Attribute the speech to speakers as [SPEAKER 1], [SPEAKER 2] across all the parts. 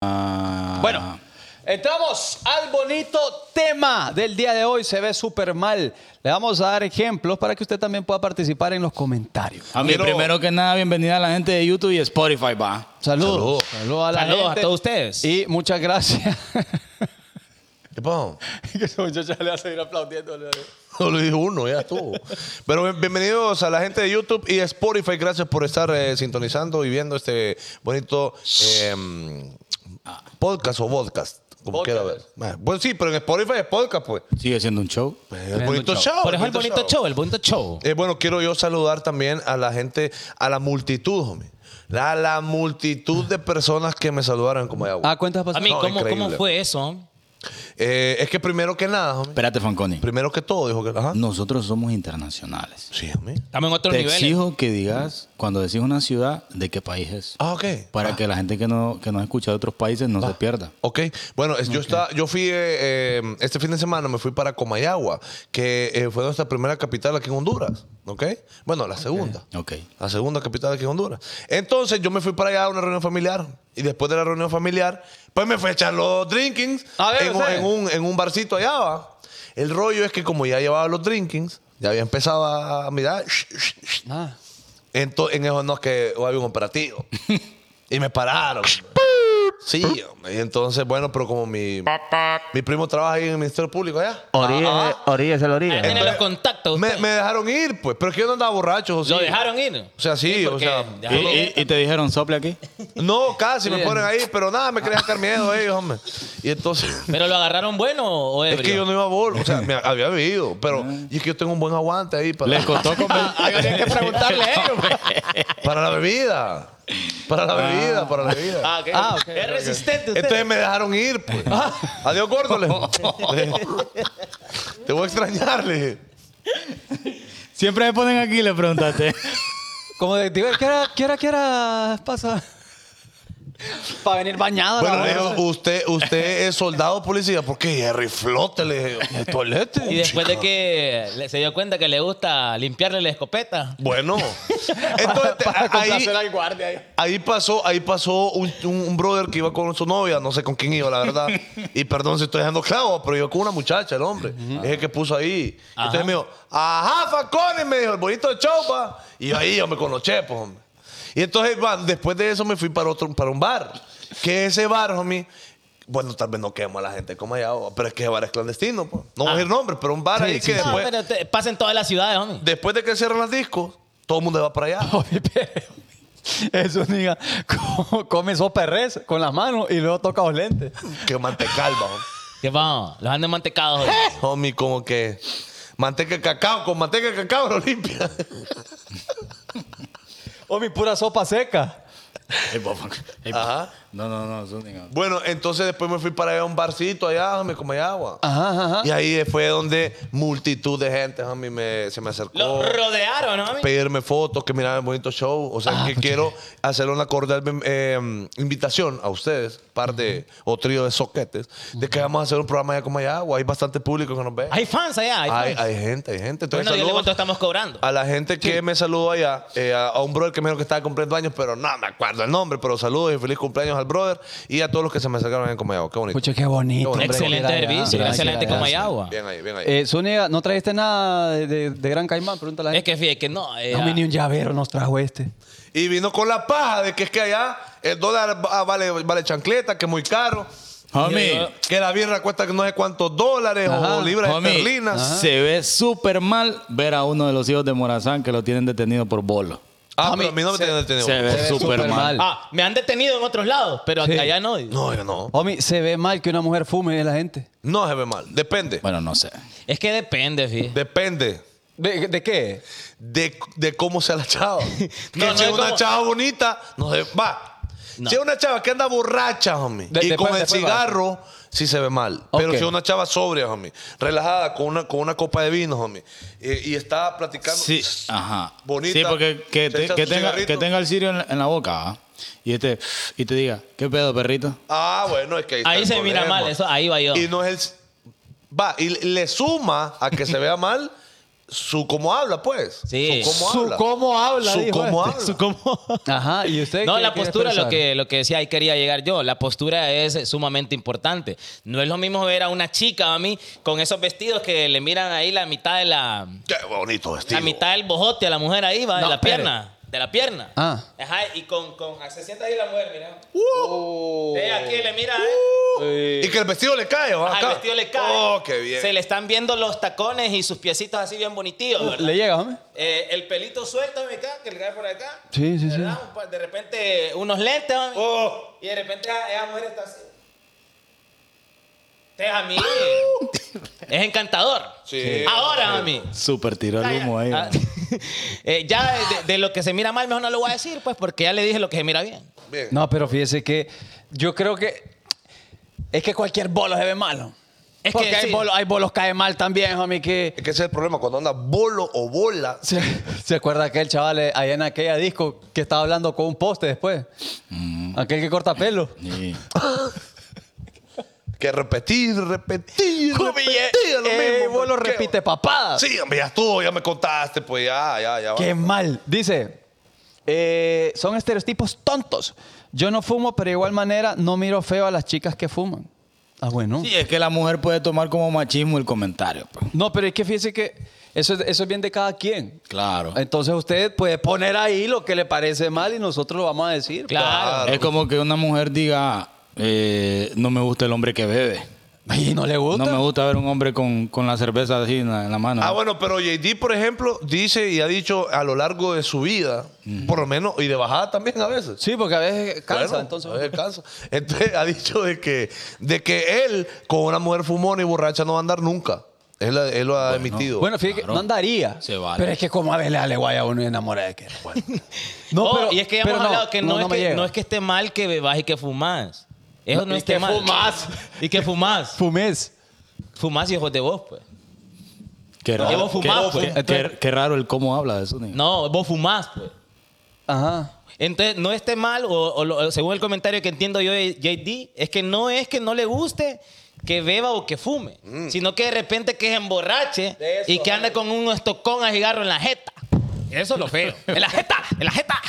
[SPEAKER 1] Ah,
[SPEAKER 2] Ah.
[SPEAKER 3] Bueno, entramos al bonito tema del día de hoy. Se ve súper mal. Le vamos a dar ejemplos para que usted también pueda participar en los comentarios.
[SPEAKER 2] Ah.
[SPEAKER 1] A mí,
[SPEAKER 4] Quiero-
[SPEAKER 1] primero que nada, bienvenida a la gente de YouTube y Spotify, va.
[SPEAKER 3] Saludos.
[SPEAKER 4] Saludos.
[SPEAKER 3] Saludos a la
[SPEAKER 2] Saludos a
[SPEAKER 3] gente.
[SPEAKER 2] todos ustedes.
[SPEAKER 3] Y muchas gracias.
[SPEAKER 4] ¿Qué pasó?
[SPEAKER 3] que esa muchacha le va a seguir aplaudiendo.
[SPEAKER 4] No lo dijo uno, ya estuvo. Pero bien- bienvenidos a la gente de YouTube y Spotify. Gracias por estar eh, sintonizando y viendo este bonito eh, podcast o podcast. Como
[SPEAKER 3] Podcast.
[SPEAKER 4] quiera ver. Ah, Pues sí, pero en Spotify es podcast, pues.
[SPEAKER 1] Sigue siendo un show.
[SPEAKER 4] El bonito
[SPEAKER 2] Show.
[SPEAKER 4] show.
[SPEAKER 2] Por eso el "Oh, bonito show, el bonito show.
[SPEAKER 4] Eh, bueno, quiero yo saludar también a la gente, a la multitud, homie. A la multitud de personas que me saludaron como agua.
[SPEAKER 3] Ah, cuentas
[SPEAKER 2] A mí,
[SPEAKER 3] pasadas.
[SPEAKER 4] no,
[SPEAKER 2] ¿cómo,
[SPEAKER 4] increíble.
[SPEAKER 2] ¿cómo fue eso?
[SPEAKER 4] Eh, es que primero que nada, homie,
[SPEAKER 1] Espérate, Fanconi.
[SPEAKER 4] primero que todo, dijo que. Ajá.
[SPEAKER 1] Nosotros somos internacionales.
[SPEAKER 4] Sí, homie.
[SPEAKER 2] Estamos en otro
[SPEAKER 1] Te
[SPEAKER 2] nivel.
[SPEAKER 1] exijo que digas, cuando decís una ciudad, de qué país es.
[SPEAKER 4] Ah, ok.
[SPEAKER 1] Para que la gente que no, que nos escucha de otros países no se pierda.
[SPEAKER 4] Ok, bueno, es- yo está, yo fui eh, eh, este fin de semana me fui para Comayagua, que eh, fue nuestra primera capital aquí en Honduras, ¿ok? Bueno, la segunda.
[SPEAKER 1] Ok.
[SPEAKER 4] La segunda capital aquí en Honduras. Entonces yo me fui para allá a una reunión familiar y después de la reunión familiar, pues me fui a echar los drinkings
[SPEAKER 3] A ver,
[SPEAKER 4] en, un,
[SPEAKER 3] o sea.
[SPEAKER 4] en un- en un barcito allá, va. El rollo es que como ya llevaba los drinkings, ya había empezado a mirar,
[SPEAKER 3] Ah.
[SPEAKER 4] Ento- en eso no es que había un operativo. y me pararon. sí, hombre. y entonces, bueno, pero como mi, mi primo trabaja ahí en el Ministerio Público allá.
[SPEAKER 5] Orilla, orilla es el orilla.
[SPEAKER 2] Tiene los
[SPEAKER 4] Entonces,
[SPEAKER 2] contactos.
[SPEAKER 4] Me,
[SPEAKER 2] usted.
[SPEAKER 4] me dejaron ir, pues. Pero es que yo no andaba borracho. o sí.
[SPEAKER 2] ¿Lo dejaron ir?
[SPEAKER 4] O sea, sí, o
[SPEAKER 2] porque
[SPEAKER 4] sea.
[SPEAKER 1] ¿Y,
[SPEAKER 2] dejaron-
[SPEAKER 1] y- y te dijeron sople aquí?
[SPEAKER 4] No, casi me
[SPEAKER 3] Sí.
[SPEAKER 4] ponen ahí, pero nada, me querían sacar miedo ellos, hombre. Y entonces.
[SPEAKER 2] ¿Pero lo agarraron bueno o
[SPEAKER 4] Es
[SPEAKER 2] ebrio?
[SPEAKER 4] que yo no iba a bordo, o sea, me había bebido, pero y es que yo tengo un buen aguante ahí para,
[SPEAKER 1] Les costó
[SPEAKER 2] Habría que preguntarle a ellos. pues.
[SPEAKER 4] para la bebida. Para la bebida, para la bebida.
[SPEAKER 2] Ah, ok.
[SPEAKER 3] Ah, ok,
[SPEAKER 2] Es resistente usted.
[SPEAKER 4] Entonces me dejaron ir, pues. Adiós, gordo. le dije. Te voy a extrañar, le dije.
[SPEAKER 1] Siempre me ponen aquí, le preguntaste.
[SPEAKER 3] Como detective, ¿qué hora, qué hora, qué hora pasa? Para venir bañada.
[SPEAKER 4] Bueno,
[SPEAKER 3] la
[SPEAKER 4] le
[SPEAKER 3] verdad.
[SPEAKER 4] digo, usted, usted es soldado policía. ¿Por qué? Jerry Flote, le dije. "El toalete,
[SPEAKER 2] Y después de
[SPEAKER 4] chica".
[SPEAKER 2] que le- se dio cuenta que le gusta limpiarle la escopeta.
[SPEAKER 4] Bueno. Entonces, te- ahí, ahí pasó, ahí pasó un, un- un brother que iba con su novia, no sé con quién iba, la verdad. Y perdón si estoy dejando clavo, pero yo con una muchacha, el hombre. Es el que puso ahí. Entonces me dijo, ajá, Facones, me dijo, el bonito chopa. Y yo ahí, yo me con los chepos, hombre. Y entonces, va, después de eso me fui para otro, para un bar. Que ese bar, homie, bueno, tal vez no quemo a la gente como allá, pero es que ese bar es clandestino, pues. No voy a decir nombres, pero un bar ahí que
[SPEAKER 2] No,
[SPEAKER 4] después,
[SPEAKER 2] pero te- pasa en todas las ciudades, homie.
[SPEAKER 4] después de que cierran las discos, todo el mundo va para allá.
[SPEAKER 3] Oye, pero, Eso, niga, co- come sopa de res con las manos y luego toca los lentes.
[SPEAKER 4] que mantecal, va.
[SPEAKER 2] ¿Qué vamos? Los andan mantecados. hoy.
[SPEAKER 4] Homie, como que manteca de cacao, con manteca de cacao lo limpia.
[SPEAKER 3] O mi pura sopa seca.
[SPEAKER 4] Ajá.
[SPEAKER 1] No, no, no, eso ni nada.
[SPEAKER 4] Bueno, entonces después me fui para allá a un barcito allá, homie, como hay agua.
[SPEAKER 3] Ajá, ajá, ajá.
[SPEAKER 4] Y ahí fue donde multitud de gente, homie, me, se me acercó.
[SPEAKER 2] Los rodearon, homie.
[SPEAKER 4] pedirme fotos, que miraban el bonito show. O sea, que quiero hacer una cordial eh, invitación a ustedes, par de, o trío de soquetes, de que vamos a hacer un programa allá como hay agua. Hay bastante público que nos ve.
[SPEAKER 2] Hay fans allá, hay
[SPEAKER 4] Hay,
[SPEAKER 2] fans.
[SPEAKER 4] hay gente, hay gente. Entonces,
[SPEAKER 2] Bueno,
[SPEAKER 4] Pues
[SPEAKER 2] dile
[SPEAKER 4] saludos Ah,
[SPEAKER 2] cuánto estamos cobrando.
[SPEAKER 4] A la gente que me saludó allá, eh, a, a un brother que me dijo que estaba cumpliendo años, pero no me acuerdo el nombre, pero saludos y feliz cumpleaños al brother y a todos los que se me acercaron en Comayagua. Qué bonito.
[SPEAKER 3] Escucha, qué bonito.
[SPEAKER 4] Qué bonito.
[SPEAKER 2] Excelente
[SPEAKER 3] Mira,
[SPEAKER 2] servicio,
[SPEAKER 3] mira,
[SPEAKER 2] excelente
[SPEAKER 3] mira,
[SPEAKER 2] como hay
[SPEAKER 3] mira.
[SPEAKER 2] agua.
[SPEAKER 4] Bien ahí, bien ahí.
[SPEAKER 3] Eh, Zúñiga, ¿no trajiste nada de, de- de Gran Caimán? Pregúntale a
[SPEAKER 2] Es que fíjate que no. eh,
[SPEAKER 3] No, mi ni un llavero nos trajo este.
[SPEAKER 4] y vino con la paja de que es que allá el dólar ah, vale, vale chancleta, que es muy caro.
[SPEAKER 1] Homie,
[SPEAKER 4] Que la birra cuesta no sé cuántos dólares o
[SPEAKER 3] Ajá.
[SPEAKER 4] libras
[SPEAKER 1] homie,
[SPEAKER 4] esterlinas.
[SPEAKER 1] se ve súper mal ver a uno de los hijos de Morazán que lo tienen detenido por bolo.
[SPEAKER 4] Ah, pero a mí no me tienen detenido.
[SPEAKER 1] Se ve súper
[SPEAKER 3] súper
[SPEAKER 1] mal.
[SPEAKER 3] mal.
[SPEAKER 2] Ah, me han detenido en otros lados, pero
[SPEAKER 3] Sí.
[SPEAKER 2] allá no.
[SPEAKER 4] No, yo no.
[SPEAKER 3] Homie, se ve mal que una mujer fume de la gente.
[SPEAKER 4] No se ve mal. Depende.
[SPEAKER 1] Bueno, no sé.
[SPEAKER 2] Es que depende, fíjate.
[SPEAKER 4] Depende.
[SPEAKER 3] ¿De, de qué?
[SPEAKER 4] de, de cómo sea la chava. que
[SPEAKER 2] no
[SPEAKER 4] si
[SPEAKER 2] es
[SPEAKER 4] es una
[SPEAKER 2] como-
[SPEAKER 4] chava bonita, no se va.
[SPEAKER 2] No.
[SPEAKER 4] Si es una chava que anda borracha, homie,
[SPEAKER 3] De-
[SPEAKER 4] y
[SPEAKER 3] después-
[SPEAKER 4] con el
[SPEAKER 3] después va.
[SPEAKER 4] cigarro, sí se ve mal. Pero
[SPEAKER 3] Ok.
[SPEAKER 4] si es una chava sobria, homie, relajada, con una, con una copa de vino, homie, eh, y, y está platicando.
[SPEAKER 1] Sí, ajá.
[SPEAKER 4] Bonita.
[SPEAKER 1] Sí, porque que,
[SPEAKER 4] Se
[SPEAKER 1] te-
[SPEAKER 4] echa
[SPEAKER 1] que
[SPEAKER 4] su
[SPEAKER 1] tenga,
[SPEAKER 4] cigarrito.
[SPEAKER 1] que tenga el cirio en la, en la boca ¿ah? y, este, y te diga, ¿qué pedo, perrito?
[SPEAKER 4] Ah, bueno, es que ahí, está
[SPEAKER 2] Ahí
[SPEAKER 4] el
[SPEAKER 2] se mira
[SPEAKER 4] problema.
[SPEAKER 2] mal, eso, ahí va yo.
[SPEAKER 4] Y no es el. Va, y le suma a que se vea mal su cómo habla, pues.
[SPEAKER 2] Sí.
[SPEAKER 4] Su cómo
[SPEAKER 3] Su
[SPEAKER 4] habla.
[SPEAKER 3] cómo habla,
[SPEAKER 4] Su
[SPEAKER 3] dijo
[SPEAKER 4] cómo
[SPEAKER 3] este.
[SPEAKER 4] habla.
[SPEAKER 1] Su como-
[SPEAKER 3] Ajá, y usted.
[SPEAKER 2] No,
[SPEAKER 3] qué
[SPEAKER 2] la
[SPEAKER 3] quiere
[SPEAKER 2] postura, lo
[SPEAKER 3] expresar?
[SPEAKER 2] que, lo que decía, ahí quería llegar yo. La postura es sumamente importante. No es lo mismo ver a una chica a mí con esos vestidos que le miran ahí la mitad de la,
[SPEAKER 4] Qué bonito vestido.
[SPEAKER 2] la mitad del bojote a la mujer ahí, va,
[SPEAKER 3] No,
[SPEAKER 2] de la
[SPEAKER 3] espere.
[SPEAKER 2] pierna. De la pierna.
[SPEAKER 3] Ah.
[SPEAKER 2] Ajá, y con, con. ah, Se sienta ahí la mujer, mira. Ve aquí, le mira. eh.
[SPEAKER 4] Uh. Y que el vestido le cae, ¿va?
[SPEAKER 2] Ajá, el
[SPEAKER 4] Acá.
[SPEAKER 2] vestido le cae.
[SPEAKER 4] Oh, qué bien.
[SPEAKER 2] Se le están viendo los tacones y sus piecitos así bien bonitillos. ¿verdad?
[SPEAKER 3] ¿Le llega, hombre?
[SPEAKER 2] Eh, el pelito suelto, mami, acá, que le cae por acá.
[SPEAKER 3] Sí, sí, sí.
[SPEAKER 2] ¿Verdad? Un pa- De repente, unos lentes, mami.
[SPEAKER 4] Oh.
[SPEAKER 2] Y de repente ah, esa mujer está así. Te a mí. es encantador.
[SPEAKER 4] Sí.
[SPEAKER 2] Ahora, mami.
[SPEAKER 1] Súper tiró el humo ahí.
[SPEAKER 2] Ah, eh, ya de, de lo que se mira mal, mejor no lo voy a decir, pues, porque ya le dije lo que se mira bien.
[SPEAKER 4] Bien.
[SPEAKER 3] No, pero fíjese que yo creo que es que cualquier bolo se ve malo.
[SPEAKER 2] Es
[SPEAKER 3] Porque
[SPEAKER 2] que
[SPEAKER 3] hay,
[SPEAKER 2] sí.
[SPEAKER 3] bolos, hay bolos que caen mal también, homie, que...
[SPEAKER 4] Es que ese es el problema. Cuando anda bolo o bola,
[SPEAKER 3] ¿Se, se acuerda aquel chaval eh, allá en aquella disco que estaba hablando con un poste después? Aquel que corta pelo.
[SPEAKER 1] Sí.
[SPEAKER 4] que repetir, repetir,
[SPEAKER 2] eh,
[SPEAKER 4] repetir. lo
[SPEAKER 3] Ey,
[SPEAKER 4] mismo, pues,
[SPEAKER 3] vos lo
[SPEAKER 4] ¿qué?
[SPEAKER 3] eh, repite, papada.
[SPEAKER 4] Sí, hombre, ya estuvo, ya me contaste, pues ya, ya, ya. va.
[SPEAKER 3] Qué mal. Dice, eh, son estereotipos tontos. Yo no fumo, pero de igual manera no miro feo a las chicas que fuman. Ah, bueno.
[SPEAKER 1] Sí, es que la mujer puede tomar como machismo el comentario. pues.
[SPEAKER 3] No, pero es que fíjese que eso, es- eso es bien de cada quien.
[SPEAKER 1] Claro.
[SPEAKER 3] Entonces usted puede poner ahí lo que le parece mal y nosotros lo vamos a decir.
[SPEAKER 2] Claro.
[SPEAKER 1] Es como que una mujer diga, eh, no me gusta el hombre que bebe.
[SPEAKER 3] Pues, Y no le gusta.
[SPEAKER 1] No me gusta ver un hombre con, con la cerveza así en la, en la mano.
[SPEAKER 4] Ah, bueno, pero JD, por ejemplo, dice y ha dicho a lo largo de su vida,
[SPEAKER 3] Mm.
[SPEAKER 4] por lo menos, y de bajada también a veces.
[SPEAKER 3] Sí, porque a veces cansa,
[SPEAKER 4] Bueno,
[SPEAKER 3] entonces.
[SPEAKER 4] a veces cansa. Entonces ha dicho de que, de que él con una mujer fumona y borracha no va a andar nunca. Él, él lo ha emitido.
[SPEAKER 3] Bueno, fíjate que
[SPEAKER 1] Claro.
[SPEAKER 3] no andaría.
[SPEAKER 1] Se vale.
[SPEAKER 3] Pero es que como a veces le dale guay a uno y enamora de que. bueno. No,
[SPEAKER 2] Oh,
[SPEAKER 3] pero-
[SPEAKER 2] y es que ya
[SPEAKER 3] pero
[SPEAKER 2] hemos hablado que no,
[SPEAKER 3] me
[SPEAKER 2] es que
[SPEAKER 3] llega.
[SPEAKER 2] no es que esté mal que bebas y que fumas. Eso no
[SPEAKER 3] Y
[SPEAKER 2] es esté
[SPEAKER 3] que
[SPEAKER 2] mal.
[SPEAKER 3] fumás.
[SPEAKER 2] Y que fumás.
[SPEAKER 3] Fumés.
[SPEAKER 2] fumás hijos de vos, pues.
[SPEAKER 1] qué
[SPEAKER 2] no, vos fumás,
[SPEAKER 1] qué-
[SPEAKER 2] pues.
[SPEAKER 1] qué-
[SPEAKER 2] Entonces-
[SPEAKER 1] qué raro el cómo habla de eso. niño.
[SPEAKER 2] No, vos fumás, pues.
[SPEAKER 3] Ajá.
[SPEAKER 2] Entonces, no esté mal, o, o lo- según el comentario que entiendo yo de JD, es que no es que no le guste que beba o que fume,
[SPEAKER 3] Mm.
[SPEAKER 2] sino que de repente que se emborrache y que ande con un estocón a cigarro en la jeta. Eso es lo feo. ¡En la jeta! ¡En la jeta!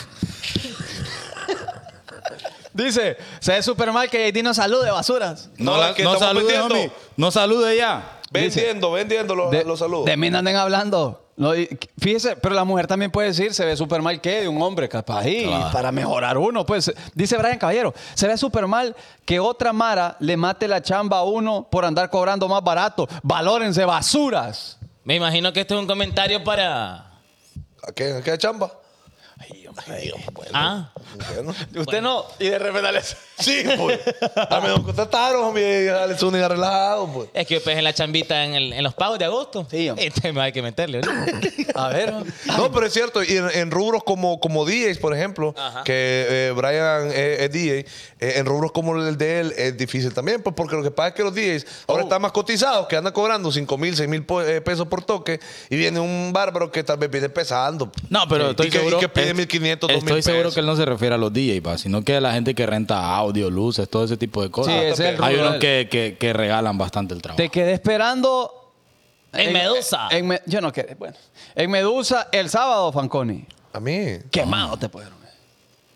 [SPEAKER 3] Dice, se ve súper mal que JD no salude, basuras.
[SPEAKER 4] No,
[SPEAKER 1] No,
[SPEAKER 4] la
[SPEAKER 1] la-
[SPEAKER 4] que
[SPEAKER 1] no
[SPEAKER 4] estamos
[SPEAKER 1] salude,
[SPEAKER 4] metiendo.
[SPEAKER 1] homie. No salude ya.
[SPEAKER 4] vendiendo, vendiendo los,
[SPEAKER 3] De-
[SPEAKER 4] los saludos.
[SPEAKER 3] De mí no anden hablando. No, y- fíjese, pero la mujer también puede decir, se ve súper mal que de un hombre, capaz. Y para mejorar uno, pues. Dice Brian Caballero, se ve súper mal que otra Mara le mate la chamba a uno por andar cobrando más barato. Valórense, basuras.
[SPEAKER 2] Me imagino que este es un comentario para...
[SPEAKER 4] ¿A qué, a qué chamba?
[SPEAKER 2] Ah,
[SPEAKER 4] Bueno.
[SPEAKER 3] Usted no. Y de repente dale-
[SPEAKER 4] Sí, pues. A mí me contrataron, homie, dale su unidad relajado, pues.
[SPEAKER 2] es que pues en la chambita en, el- en los pagos de agosto.
[SPEAKER 3] Sí, hombre.
[SPEAKER 2] Este me hay que meterle. ¿no?
[SPEAKER 3] A ver.
[SPEAKER 4] No, pero es cierto, y en, en rubros como, como DJs, por ejemplo, que eh, Brian eh, es DJ, eh, en rubros como el de él es difícil también, pues porque lo que pasa es que los DJs ahora están más cotizados, que andan cobrando 5 mil, 6 mil eh, pesos por toque, y viene un bárbaro que tal vez viene pesando.
[SPEAKER 1] No, pero
[SPEAKER 4] Sí.
[SPEAKER 1] estoy
[SPEAKER 4] y que,
[SPEAKER 1] seguro
[SPEAKER 4] y que
[SPEAKER 1] es-
[SPEAKER 4] pide 1500, 2000
[SPEAKER 1] Estoy seguro
[SPEAKER 4] pesos.
[SPEAKER 1] que él no se refiere a los DJs, va, sino que a la gente que renta audio, luces, todo ese tipo de cosas.
[SPEAKER 3] Sí,
[SPEAKER 4] Ah,
[SPEAKER 3] ese es el
[SPEAKER 1] Hay
[SPEAKER 3] rubro
[SPEAKER 1] unos
[SPEAKER 3] del-
[SPEAKER 1] que, que- que regalan bastante el trabajo.
[SPEAKER 3] Te quedé esperando.
[SPEAKER 2] En Medusa.
[SPEAKER 3] en Me- yo no quedé. Bueno. En Medusa el sábado, Fanconi.
[SPEAKER 4] A mí.
[SPEAKER 3] Quemado te pudieron.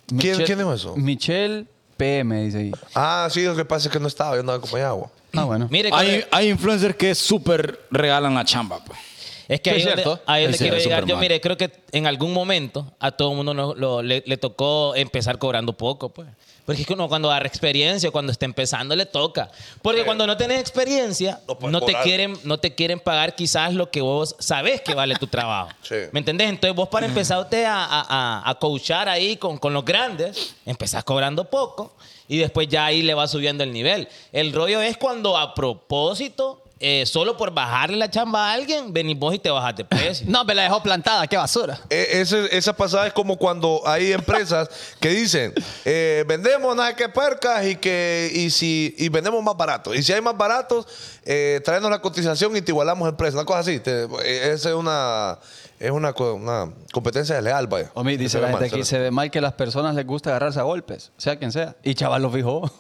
[SPEAKER 4] ¿Quién,
[SPEAKER 3] Michelle-
[SPEAKER 4] ¿Quién es eso?
[SPEAKER 3] Michelle PM, dice ahí.
[SPEAKER 4] Ah, sí, lo que pasa es que no estaba, yo andaba con agua.
[SPEAKER 3] Ah, bueno.
[SPEAKER 2] Mire,
[SPEAKER 1] Hay, hay influencers que súper regalan la chamba. pues.
[SPEAKER 2] Es que
[SPEAKER 3] Sí,
[SPEAKER 2] ahí
[SPEAKER 3] es
[SPEAKER 2] es donde,
[SPEAKER 3] cierto.
[SPEAKER 2] ahí es
[SPEAKER 1] Ahí
[SPEAKER 2] donde
[SPEAKER 1] se
[SPEAKER 2] quiero
[SPEAKER 1] ve
[SPEAKER 2] llegar. Yo,
[SPEAKER 1] Superman.
[SPEAKER 2] mire, creo que en algún momento a todo el mundo nos- lo- le, le tocó empezar cobrando poco, pues. Porque es que uno cuando agarra experiencia, cuando está empezando, le toca. Porque cuando no tenés experiencia,
[SPEAKER 4] No
[SPEAKER 2] no,
[SPEAKER 4] puedes
[SPEAKER 2] te
[SPEAKER 4] cobrar.
[SPEAKER 2] quieren, no te quieren pagar quizás lo que vos sabés que vale tu trabajo.
[SPEAKER 4] Sí.
[SPEAKER 2] ¿Me entendés? Entonces vos para empezarte a, a, a- a coachar ahí con, con los grandes, empezás cobrando poco y después ya ahí le va subiendo el nivel. El rollo es cuando a propósito... eh, solo por bajarle la chamba a alguien, venís vos y te bajas de precio.
[SPEAKER 3] No, me la dejó plantada, qué basura.
[SPEAKER 4] Eh, ese- esa pasada es como cuando hay empresas que dicen eh, vendemos nada que percas y que y si y vendemos más baratos y si hay más baratos eh, tráenos la cotización y te igualamos el precio una cosa así te- eh, esa es una es una, co- una competencia desleal vaya
[SPEAKER 3] Omi, dice
[SPEAKER 4] Se
[SPEAKER 3] la
[SPEAKER 4] ve
[SPEAKER 3] gente
[SPEAKER 4] mal,
[SPEAKER 3] aquí,
[SPEAKER 4] se
[SPEAKER 3] se
[SPEAKER 4] ve-
[SPEAKER 3] ve mal que a las personas les gusta agarrarse a golpes, sea quien sea. Y chaval lo fijó.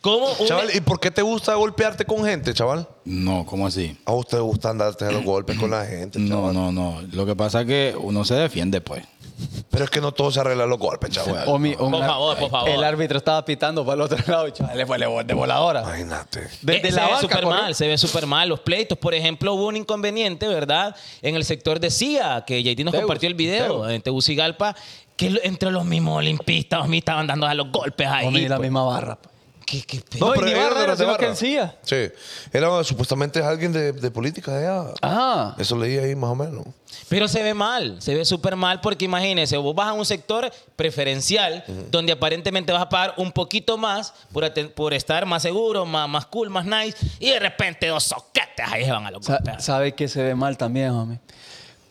[SPEAKER 2] ¿Cómo un- e-,
[SPEAKER 4] Chaval, ¿y por qué te gusta golpearte con gente, chaval?
[SPEAKER 1] No, ¿cómo así?
[SPEAKER 4] A usted le gusta andarte a los golpes con la gente,
[SPEAKER 1] No,
[SPEAKER 4] Este chaval.
[SPEAKER 1] no, no. Lo que pasa es que uno se defiende, pues.
[SPEAKER 4] Pero es que no todo se arregla los golpes, chaval.
[SPEAKER 3] O mi- o
[SPEAKER 2] Por
[SPEAKER 3] una-
[SPEAKER 2] favor, por favor.
[SPEAKER 3] El árbitro estaba pitando para el otro lado y chaval, le fue le vol- de voladora.
[SPEAKER 4] Imagínate.
[SPEAKER 3] Desde
[SPEAKER 2] Eh,
[SPEAKER 3] la
[SPEAKER 2] se ve
[SPEAKER 3] banca,
[SPEAKER 2] súper
[SPEAKER 3] corrió.
[SPEAKER 2] mal, se ve súper mal. Los pleitos, por ejemplo, hubo un inconveniente, ¿verdad? En el sector de CIA, que JT nos
[SPEAKER 3] Tegus,
[SPEAKER 2] compartió el video
[SPEAKER 3] Tegus.
[SPEAKER 2] en Tegucigalpa, que lo- entre los mismos olimpistas, los mismos estaban dando a los golpes ahí.
[SPEAKER 3] O ni la
[SPEAKER 2] pues.
[SPEAKER 3] misma barra. pa.
[SPEAKER 2] ¿Qué, qué pe-
[SPEAKER 3] No, y ni
[SPEAKER 4] era
[SPEAKER 3] barra
[SPEAKER 4] de
[SPEAKER 3] era,
[SPEAKER 4] los de
[SPEAKER 3] sino que
[SPEAKER 4] barra.
[SPEAKER 3] encía.
[SPEAKER 4] Sí. Era supuestamente alguien de, de política de allá.
[SPEAKER 3] Ah.
[SPEAKER 4] Eso leí ahí más o menos.
[SPEAKER 2] Pero se ve mal, se ve súper mal porque imagínense, vos vas a un sector preferencial donde aparentemente vas a pagar un poquito más por, aten- por estar más seguro, más, más cool, más nice, y de repente dos soquetes ahí se van a los
[SPEAKER 3] Sa-
[SPEAKER 2] golpes.
[SPEAKER 3] ¿Sabe que se ve mal también, homie?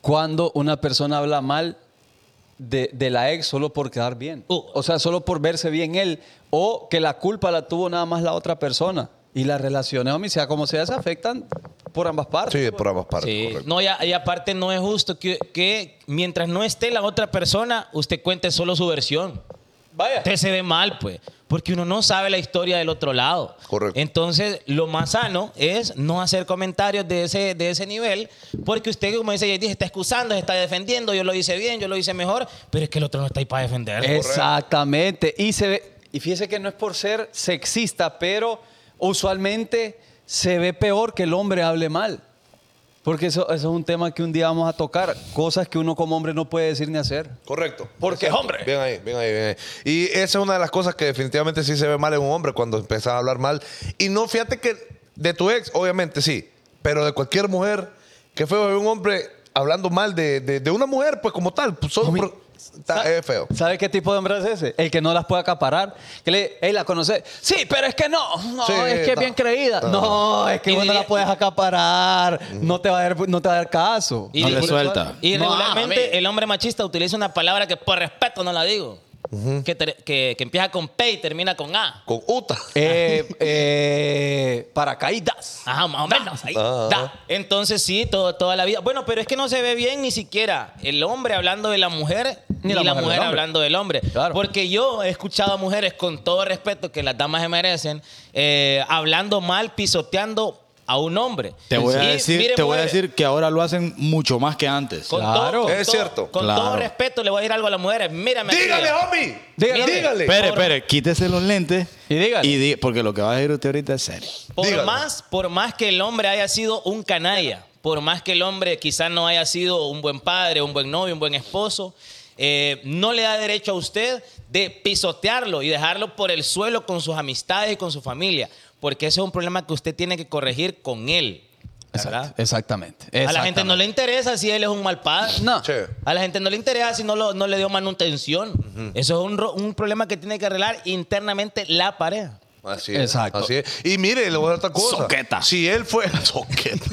[SPEAKER 3] Cuando una persona habla mal de, de la ex solo por quedar bien.
[SPEAKER 2] Uh.
[SPEAKER 3] O sea, solo por verse bien él. O que la culpa la tuvo nada más la otra persona. Y las relaciones, homie, sea como sea, se afectan por ambas partes.
[SPEAKER 4] Sí, por ambas partes.
[SPEAKER 2] Sí.
[SPEAKER 4] correcto.
[SPEAKER 2] No, y, a- y aparte no es justo que, que mientras no esté la otra persona, usted cuente solo su versión.
[SPEAKER 3] Vaya.
[SPEAKER 2] Usted se ve mal, pues, porque uno no sabe la historia del otro lado.
[SPEAKER 4] Correcto.
[SPEAKER 2] Entonces, lo más sano es no hacer comentarios de ese, de ese nivel, porque usted, como dice JD, se está excusando, se está defendiendo, yo lo hice bien, yo lo hice mejor, pero es que el otro no está ahí para defender. pues.
[SPEAKER 3] Exactamente. Y se ve, y fíjese que no es por ser sexista, pero usualmente se ve peor que el hombre hable mal. Porque eso, eso es un tema que un día vamos a tocar. Cosas que uno como hombre no puede decir ni hacer.
[SPEAKER 4] Correcto.
[SPEAKER 3] Porque,
[SPEAKER 4] Exacto.
[SPEAKER 3] hombre.
[SPEAKER 4] Bien ahí, bien ahí, bien ahí. Y esa es una de las cosas que definitivamente sí se ve mal en un hombre cuando empiezas a hablar mal. Y no, fíjate que de tu ex, obviamente sí, pero de cualquier mujer, qué feo ver un hombre hablando mal de, de- de una mujer, pues como tal. pues, solo
[SPEAKER 3] Homie,
[SPEAKER 4] por- está,
[SPEAKER 3] ¿Sabe-
[SPEAKER 4] es feo.
[SPEAKER 3] ¿Sabe qué tipo de hombre es ese? El que no las puede acaparar. Que le, hey, la conoces. Sí, pero es que no. No,
[SPEAKER 4] Sí, Ah.
[SPEAKER 3] es que es
[SPEAKER 4] no.
[SPEAKER 3] bien creída. No, es que
[SPEAKER 2] Y
[SPEAKER 3] vos no
[SPEAKER 2] diría-
[SPEAKER 3] la puedes acaparar. No te va a dar, no te va a dar caso.
[SPEAKER 1] No le
[SPEAKER 2] regu-
[SPEAKER 1] suelta.
[SPEAKER 2] Y
[SPEAKER 3] No,
[SPEAKER 2] regularmente el hombre machista utiliza una palabra que por respeto no la digo. que, ter- que- que empieza con P y termina con A.
[SPEAKER 4] Con Uta.
[SPEAKER 3] Eh, eh, paracaídas.
[SPEAKER 2] Ajá, más o menos. ahí.
[SPEAKER 4] Ajá.
[SPEAKER 2] Da. Entonces sí, todo, toda la vida. Bueno, pero es que no se ve bien ni siquiera el hombre hablando de la mujer ni la, mujer,
[SPEAKER 3] del hombre.
[SPEAKER 2] hablando del hombre.
[SPEAKER 3] Claro.
[SPEAKER 2] Porque yo he escuchado a mujeres con todo respeto que las damas se merecen eh, hablando mal, pisoteando a un hombre.
[SPEAKER 1] Te voy a
[SPEAKER 2] Y,
[SPEAKER 1] decir,
[SPEAKER 2] miren,
[SPEAKER 1] te voy a
[SPEAKER 2] mujeres,
[SPEAKER 1] decir que ahora lo hacen mucho más que antes.
[SPEAKER 2] Con
[SPEAKER 3] Claro.
[SPEAKER 2] todo, con
[SPEAKER 4] Es
[SPEAKER 2] todo-
[SPEAKER 4] cierto.
[SPEAKER 2] Con
[SPEAKER 1] Claro.
[SPEAKER 2] todo respeto le voy a decir algo a las mujeres. Mírame.
[SPEAKER 4] Dígale,
[SPEAKER 2] amiga.
[SPEAKER 4] homie.
[SPEAKER 3] Dígale.
[SPEAKER 4] Dígale.
[SPEAKER 1] Espere,
[SPEAKER 2] Por-
[SPEAKER 1] espere, quítese los lentes.
[SPEAKER 3] Y dígale.
[SPEAKER 1] di- porque lo que va a decir usted ahorita es serio.
[SPEAKER 2] Por
[SPEAKER 4] Dígalo.
[SPEAKER 2] más, por más que el hombre haya sido un canalla, por más que el hombre quizás no haya sido un buen padre, un buen novio, un buen esposo, eh, no le da derecho a usted de pisotearlo y dejarlo por el suelo con sus amistades y con su familia, porque ese es un problema que usted tiene que corregir con él. ¿verdad?
[SPEAKER 3] Exactamente.
[SPEAKER 2] A la gente no le interesa si él es un mal padre.
[SPEAKER 3] No.
[SPEAKER 4] Sí.
[SPEAKER 2] A la gente no le interesa si no, lo- no le dio manutención. Eso es un, ro- un problema que tiene que arreglar internamente la pareja.
[SPEAKER 4] Así es.
[SPEAKER 3] Exacto.
[SPEAKER 4] Así es. Y mire, le voy a dar otra cosa.
[SPEAKER 1] Soqueta.
[SPEAKER 4] Si él fue. Soqueta.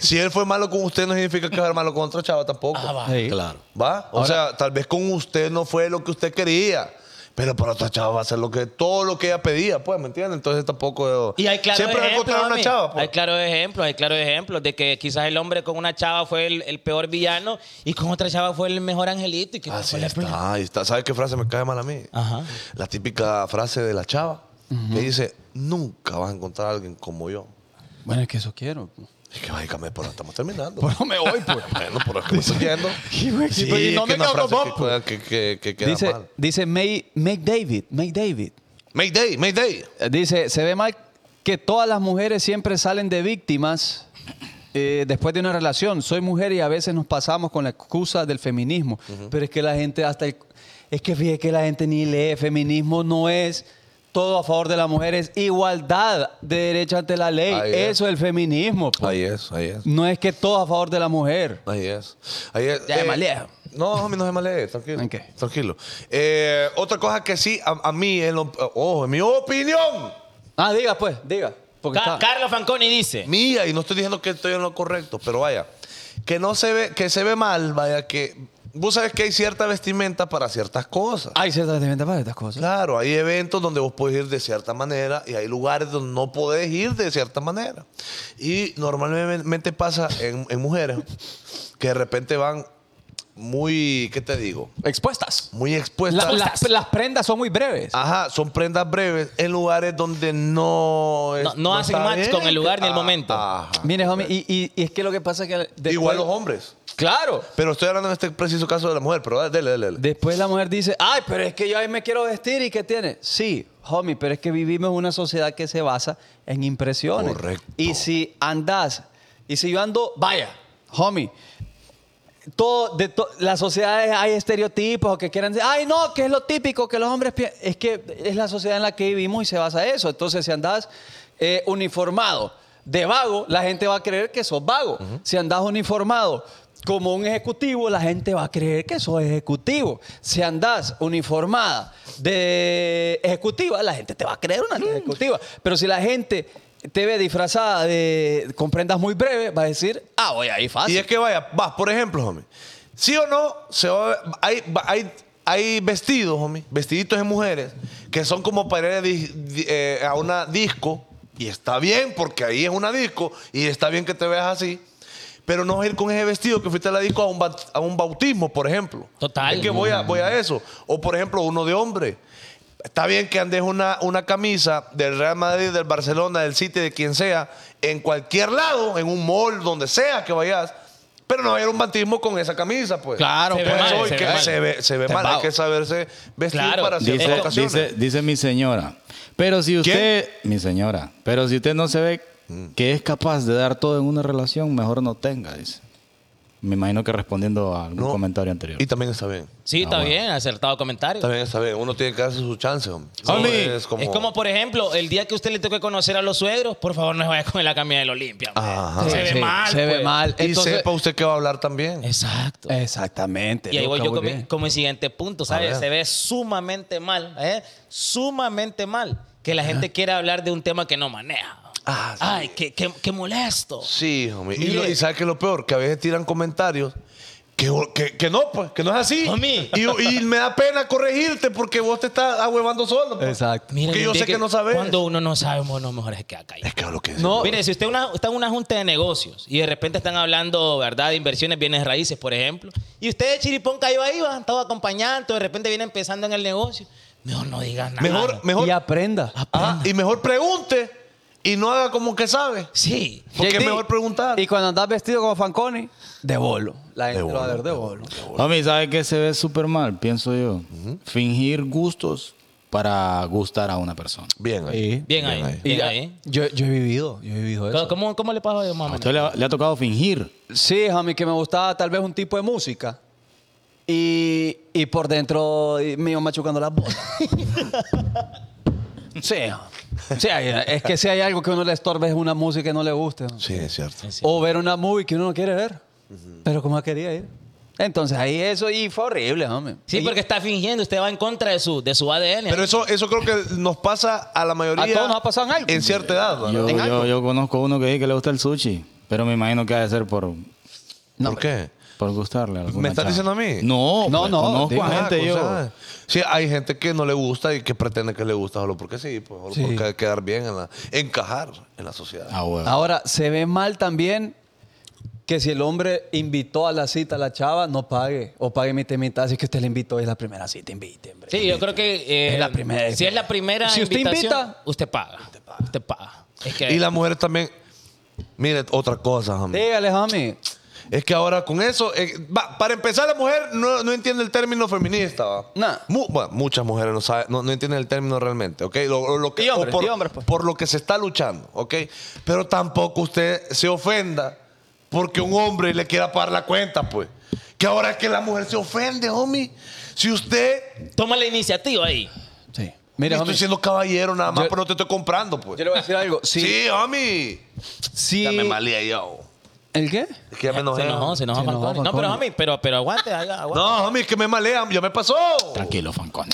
[SPEAKER 4] si él fue malo con usted, no significa que va a ser malo con otro chavo tampoco.
[SPEAKER 2] Ah, va.
[SPEAKER 3] Sí.
[SPEAKER 1] Claro.
[SPEAKER 4] ¿Va? O sea, tal vez con usted no fue lo que usted quería. Pero para otra chava va a ser lo que, todo lo que ella pedía, pues, ¿me entiendes? Entonces tampoco.
[SPEAKER 2] Y hay claro
[SPEAKER 4] Siempre va a
[SPEAKER 2] ejemplos,
[SPEAKER 4] encontrar una
[SPEAKER 2] mami.
[SPEAKER 4] chava, pues.
[SPEAKER 2] Hay claro ejemplos, hay claro ejemplos de que quizás el hombre con una chava fue el, el peor villano y con otra chava fue el mejor angelito. ¿Y qué
[SPEAKER 4] Así
[SPEAKER 2] fue la Ah. pena?
[SPEAKER 4] está, ahí está. ¿Sabes qué frase me cae mal a mí?
[SPEAKER 2] Ajá.
[SPEAKER 4] La típica frase de la chava que dice: Nunca vas a encontrar a alguien como yo.
[SPEAKER 3] Bueno, es que eso quiero.
[SPEAKER 4] Es que básicamente, pero estamos terminando.
[SPEAKER 3] Pero me voy, pues.
[SPEAKER 4] Bueno, pero es que me estoy yendo.
[SPEAKER 3] Y, güey,
[SPEAKER 4] Sí,
[SPEAKER 3] y no
[SPEAKER 4] es que
[SPEAKER 3] me
[SPEAKER 4] una
[SPEAKER 3] cabrón,
[SPEAKER 4] frase
[SPEAKER 3] Bob,
[SPEAKER 4] que queda- que, que, que queda
[SPEAKER 3] Dice,
[SPEAKER 4] mal.
[SPEAKER 3] dice May, Make David, Make David.
[SPEAKER 4] Mayday, Mayday.
[SPEAKER 3] Eh, Dice, se ve mal que todas las mujeres siempre salen de víctimas eh, después de una relación. Soy mujer y a veces nos pasamos con la excusa del feminismo. Pero es que la gente hasta... el- es que fíjate que la gente ni lee. Feminismo no es todo a favor de la mujer, es igualdad de derecho ante la ley.
[SPEAKER 4] Ahí es.
[SPEAKER 3] Eso es el feminismo. po.
[SPEAKER 4] Ahí es, ahí es.
[SPEAKER 3] No es que todo a favor de la mujer.
[SPEAKER 4] Ahí es. Ahí es. Eh,
[SPEAKER 3] Ya me maleé.
[SPEAKER 4] No, a mí no se malea, tranquilo.
[SPEAKER 3] ¿En qué?
[SPEAKER 4] Tranquilo. Eh, otra cosa que sí, a, a mí, en lo- ojo, en mi opinión
[SPEAKER 3] Ah, diga pues, diga. Porque
[SPEAKER 2] Ca-
[SPEAKER 3] está-
[SPEAKER 2] Carlos Fanconi dice.
[SPEAKER 4] mía, y no estoy diciendo que estoy en lo correcto, pero vaya, que no se ve, que se ve mal, vaya, que vos sabes que hay cierta vestimenta para ciertas cosas.
[SPEAKER 3] Hay ciertas venta para estas cosas.
[SPEAKER 4] Claro, hay eventos donde vos podés ir de cierta manera y hay lugares donde no podés ir de cierta manera. Y normalmente pasa en, en mujeres que de repente van muy, ¿qué te digo?
[SPEAKER 3] Expuestas.
[SPEAKER 4] Muy
[SPEAKER 3] La-
[SPEAKER 4] expuestas. Ah,
[SPEAKER 3] las, las prendas son muy breves.
[SPEAKER 4] Ajá, son prendas breves en lugares donde no... es-
[SPEAKER 2] No- no hacen
[SPEAKER 4] está
[SPEAKER 2] match
[SPEAKER 4] bien.
[SPEAKER 2] con el lugar ni el
[SPEAKER 4] Ah,
[SPEAKER 2] momento.
[SPEAKER 4] ajá.
[SPEAKER 3] Mire, homie, y, y- y es que lo que pasa es que... después-
[SPEAKER 4] Igual los hombres.
[SPEAKER 3] Claro.
[SPEAKER 4] Pero estoy hablando en este preciso caso de la mujer, pero dale, dale, dale.
[SPEAKER 3] Después la mujer dice, ay, pero es que yo ahí me quiero vestir y ¿qué tiene? Sí, homie, pero es que vivimos en una sociedad que se basa en impresiones.
[SPEAKER 4] Correcto.
[SPEAKER 3] Y si andás, y si yo ando, vaya, homie. Todo, de to- las sociedades hay estereotipos o que quieran decir, ay no, que es lo típico que los hombres piensan. Es que es la sociedad en la que vivimos y se basa eso. Entonces, si andás eh, uniformado de vago, la gente va a creer que sos vago. Si andás uniformado como un ejecutivo, la gente va a creer que sos ejecutivo. Si andás uniformada de ejecutiva, la gente te va a creer una ejecutiva. Pero si la gente te ve disfrazada de con prendas muy breves, va a decir, ah, voy ahí fácil.
[SPEAKER 4] Y es que vaya, vas, por ejemplo, homie. Sí o no, se va a ver- hay, va- hay, hay vestidos, homie, vestiditos de mujeres, que son como para ir a, dis- di- eh, a una disco, y está bien, porque ahí es una disco, y está bien que te veas así. Pero no vas a ir con ese vestido que fuiste a la disco a un, bat- a un bautismo, por ejemplo.
[SPEAKER 2] Total.
[SPEAKER 4] Es que voy a, voy a eso. O, por ejemplo, uno de hombre. Está bien que andes una, una camisa del Real Madrid, del Barcelona, del City, de quien sea, en cualquier lado, en un mall, donde sea que vayas, pero no vaya a ir a un bautismo con esa camisa, pues.
[SPEAKER 1] Claro,
[SPEAKER 4] Por
[SPEAKER 2] Se ve
[SPEAKER 4] eso
[SPEAKER 2] mal,
[SPEAKER 4] hoy
[SPEAKER 2] se
[SPEAKER 4] que
[SPEAKER 2] ve mal.
[SPEAKER 4] se ve, se ve
[SPEAKER 2] Se
[SPEAKER 4] mal.
[SPEAKER 2] va.
[SPEAKER 4] Hay que saberse vestir
[SPEAKER 2] Claro.
[SPEAKER 4] para ciertas
[SPEAKER 1] Dice,
[SPEAKER 4] ocasiones.
[SPEAKER 1] dice, dice mi señora. Pero si usted, mi señora, pero si usted no se ve
[SPEAKER 4] Mm.
[SPEAKER 1] que es capaz de dar todo en una relación, mejor no tenga, dice. Me imagino que respondiendo a algún
[SPEAKER 4] No.
[SPEAKER 1] comentario anterior.
[SPEAKER 4] Y también está bien.
[SPEAKER 2] Sí, está bien, acertado comentario.
[SPEAKER 4] También está bien. Uno tiene que darse su chance, hombre. No
[SPEAKER 2] es, como... por ejemplo, el día que usted le toque conocer a los suegros, por favor no se vaya con la camisa del Olimpia. hombre.
[SPEAKER 4] Ajá.
[SPEAKER 2] Se ve
[SPEAKER 3] Ah, Sí,
[SPEAKER 2] mal.
[SPEAKER 3] Se ve
[SPEAKER 2] pues.
[SPEAKER 3] mal.
[SPEAKER 4] Y
[SPEAKER 3] Entonces-
[SPEAKER 4] sepa usted que va a hablar también.
[SPEAKER 2] Exacto.
[SPEAKER 3] Exactamente.
[SPEAKER 2] y ahí voy
[SPEAKER 3] Luca,
[SPEAKER 2] yo
[SPEAKER 3] muy
[SPEAKER 2] con mi-
[SPEAKER 3] bien.
[SPEAKER 2] como el siguiente punto,
[SPEAKER 4] ver.
[SPEAKER 2] ¿sabes? Se ve sumamente mal, ¿eh? Sumamente mal que la gente quiera hablar de un tema que no maneja.
[SPEAKER 4] Ah, sí.
[SPEAKER 2] Ay, qué, qué- qué molesto.
[SPEAKER 4] Sí, homie. Y,
[SPEAKER 2] Mire.
[SPEAKER 4] lo- y sabes que lo peor, que a veces tiran comentarios que, que- que no, pues, que no es así.
[SPEAKER 2] Homie.
[SPEAKER 4] Y, y me da pena corregirte porque vos te estás ahuevando solo. pues.
[SPEAKER 3] Exacto.
[SPEAKER 2] Mire,
[SPEAKER 4] Porque yo
[SPEAKER 2] mire
[SPEAKER 4] sé que no sabes.
[SPEAKER 2] Cuando uno no sabe, uno mejor es que acá.
[SPEAKER 4] Es que lo que
[SPEAKER 3] No,
[SPEAKER 2] Mire, si usted una- está en una junta de negocios y de repente están hablando, ¿verdad?, de inversiones, bienes raíces, por ejemplo, y usted de chiripón cayó ahí, va, estaba acompañando, de repente viene empezando en el negocio, mejor no digas nada.
[SPEAKER 4] Mejor, mejor.
[SPEAKER 3] Y aprenda.
[SPEAKER 2] Ah,
[SPEAKER 4] Ajá, y mejor pregunte y no haga como que sabe.
[SPEAKER 2] Sí.
[SPEAKER 4] Porque
[SPEAKER 3] JT,
[SPEAKER 4] es mejor preguntar.
[SPEAKER 3] Y cuando andás vestido como Fanconi, de bolo. La gente lo va a ver de bolo.
[SPEAKER 1] Homie, ¿sabe qué se ve súper mal? Pienso yo. Fingir gustos para gustar a una persona.
[SPEAKER 4] Bien.
[SPEAKER 3] Sí.
[SPEAKER 2] Bien ahí,
[SPEAKER 3] Y
[SPEAKER 2] bien
[SPEAKER 3] ya-
[SPEAKER 2] ahí.
[SPEAKER 3] Yo, yo he vivido, yo he vivido eso.
[SPEAKER 2] ¿Cómo, cómo le pasó a
[SPEAKER 1] A
[SPEAKER 2] mamá?
[SPEAKER 1] usted le, ha- le ha tocado fingir.
[SPEAKER 3] Sí, a mí que me gustaba tal vez un tipo de música. Y, y por dentro y me iba machucando las bolas. sí, homie. sí, hay- es que si hay algo que uno le estorbe es una música que no le guste. homie.
[SPEAKER 4] Sí, es cierto.
[SPEAKER 3] O ver una movie que uno no quiere ver. Pero como quería ir. Entonces ahí eso y fue horrible, hombre.
[SPEAKER 2] Sí, porque está fingiendo, usted va en contra de su, de su ADN.
[SPEAKER 4] Pero eso, eso creo que nos pasa a la mayoría.
[SPEAKER 3] A todos nos ha pasado en algo.
[SPEAKER 4] En cierta edad. ¿no?
[SPEAKER 1] Yo,
[SPEAKER 4] En
[SPEAKER 1] yo-
[SPEAKER 4] algo.
[SPEAKER 1] yo conozco uno que dice que le gusta el sushi, pero me imagino que ha de ser por,
[SPEAKER 4] ¿Por qué?
[SPEAKER 1] por gustarle. a alguna
[SPEAKER 4] ¿Me estás
[SPEAKER 1] chava.
[SPEAKER 4] diciendo a mí?
[SPEAKER 1] No,
[SPEAKER 3] No,
[SPEAKER 1] pues,
[SPEAKER 3] no,
[SPEAKER 1] Conozco
[SPEAKER 3] digo,
[SPEAKER 1] a
[SPEAKER 4] Ah,
[SPEAKER 1] gente yo.
[SPEAKER 4] cosas. Sí, hay gente que no le gusta y que pretende que le gusta solo porque sí, pues, solo porque quedar bien en la, encajar en la sociedad.
[SPEAKER 1] Ah, huevo.
[SPEAKER 3] Ahora, se ve mal también que si el hombre invitó a la cita a la chava, no pague. O pague mitad y mitad. Si es que usted le invitó, es la primera cita, invite, hombre.
[SPEAKER 2] Sí, yo creo que eh,
[SPEAKER 3] Es la primera.
[SPEAKER 2] si es la primera
[SPEAKER 3] Si usted
[SPEAKER 2] invitación,
[SPEAKER 3] invita-
[SPEAKER 2] usted paga. Usted paga. Es que
[SPEAKER 4] y las mujeres también. Mire, otra cosa, homie.
[SPEAKER 3] Dígale, homie.
[SPEAKER 4] Es que ahora con eso, eh, va, para empezar, la mujer no, no entiende el término feminista. ¿va?
[SPEAKER 3] Nah.
[SPEAKER 4] Mu- bueno, muchas mujeres no, saben, no, no entienden el término realmente, ¿ok? Lo- lo- lo que-
[SPEAKER 3] Y hombres,
[SPEAKER 4] o por,
[SPEAKER 3] y hombres, pues.
[SPEAKER 4] por lo que se está luchando, ¿ok? Pero tampoco usted se ofenda porque un hombre le quiera pagar la cuenta, pues. Que ahora es que la mujer se ofende, homie. Si usted.
[SPEAKER 2] toma la iniciativa ahí.
[SPEAKER 3] Sí. Mire,
[SPEAKER 4] estoy
[SPEAKER 3] homie.
[SPEAKER 4] siendo caballero nada más,
[SPEAKER 3] Yo-
[SPEAKER 4] pero no te estoy comprando, pues.
[SPEAKER 3] Yo le voy a decir algo. Sí.
[SPEAKER 4] Sí, homie.
[SPEAKER 3] sí.
[SPEAKER 4] Ya me malía yo.
[SPEAKER 3] ¿El qué?
[SPEAKER 4] Es que ya me
[SPEAKER 2] se
[SPEAKER 4] enojé.
[SPEAKER 2] enojó, se enojó
[SPEAKER 3] Se enojó
[SPEAKER 2] Falcone. No, pero
[SPEAKER 3] Falcone.
[SPEAKER 2] mami, pero, pero aguante, haga- aguante.
[SPEAKER 4] No, homie, es que me malea. Ya me pasó.
[SPEAKER 1] Tranquilo, Fanconi.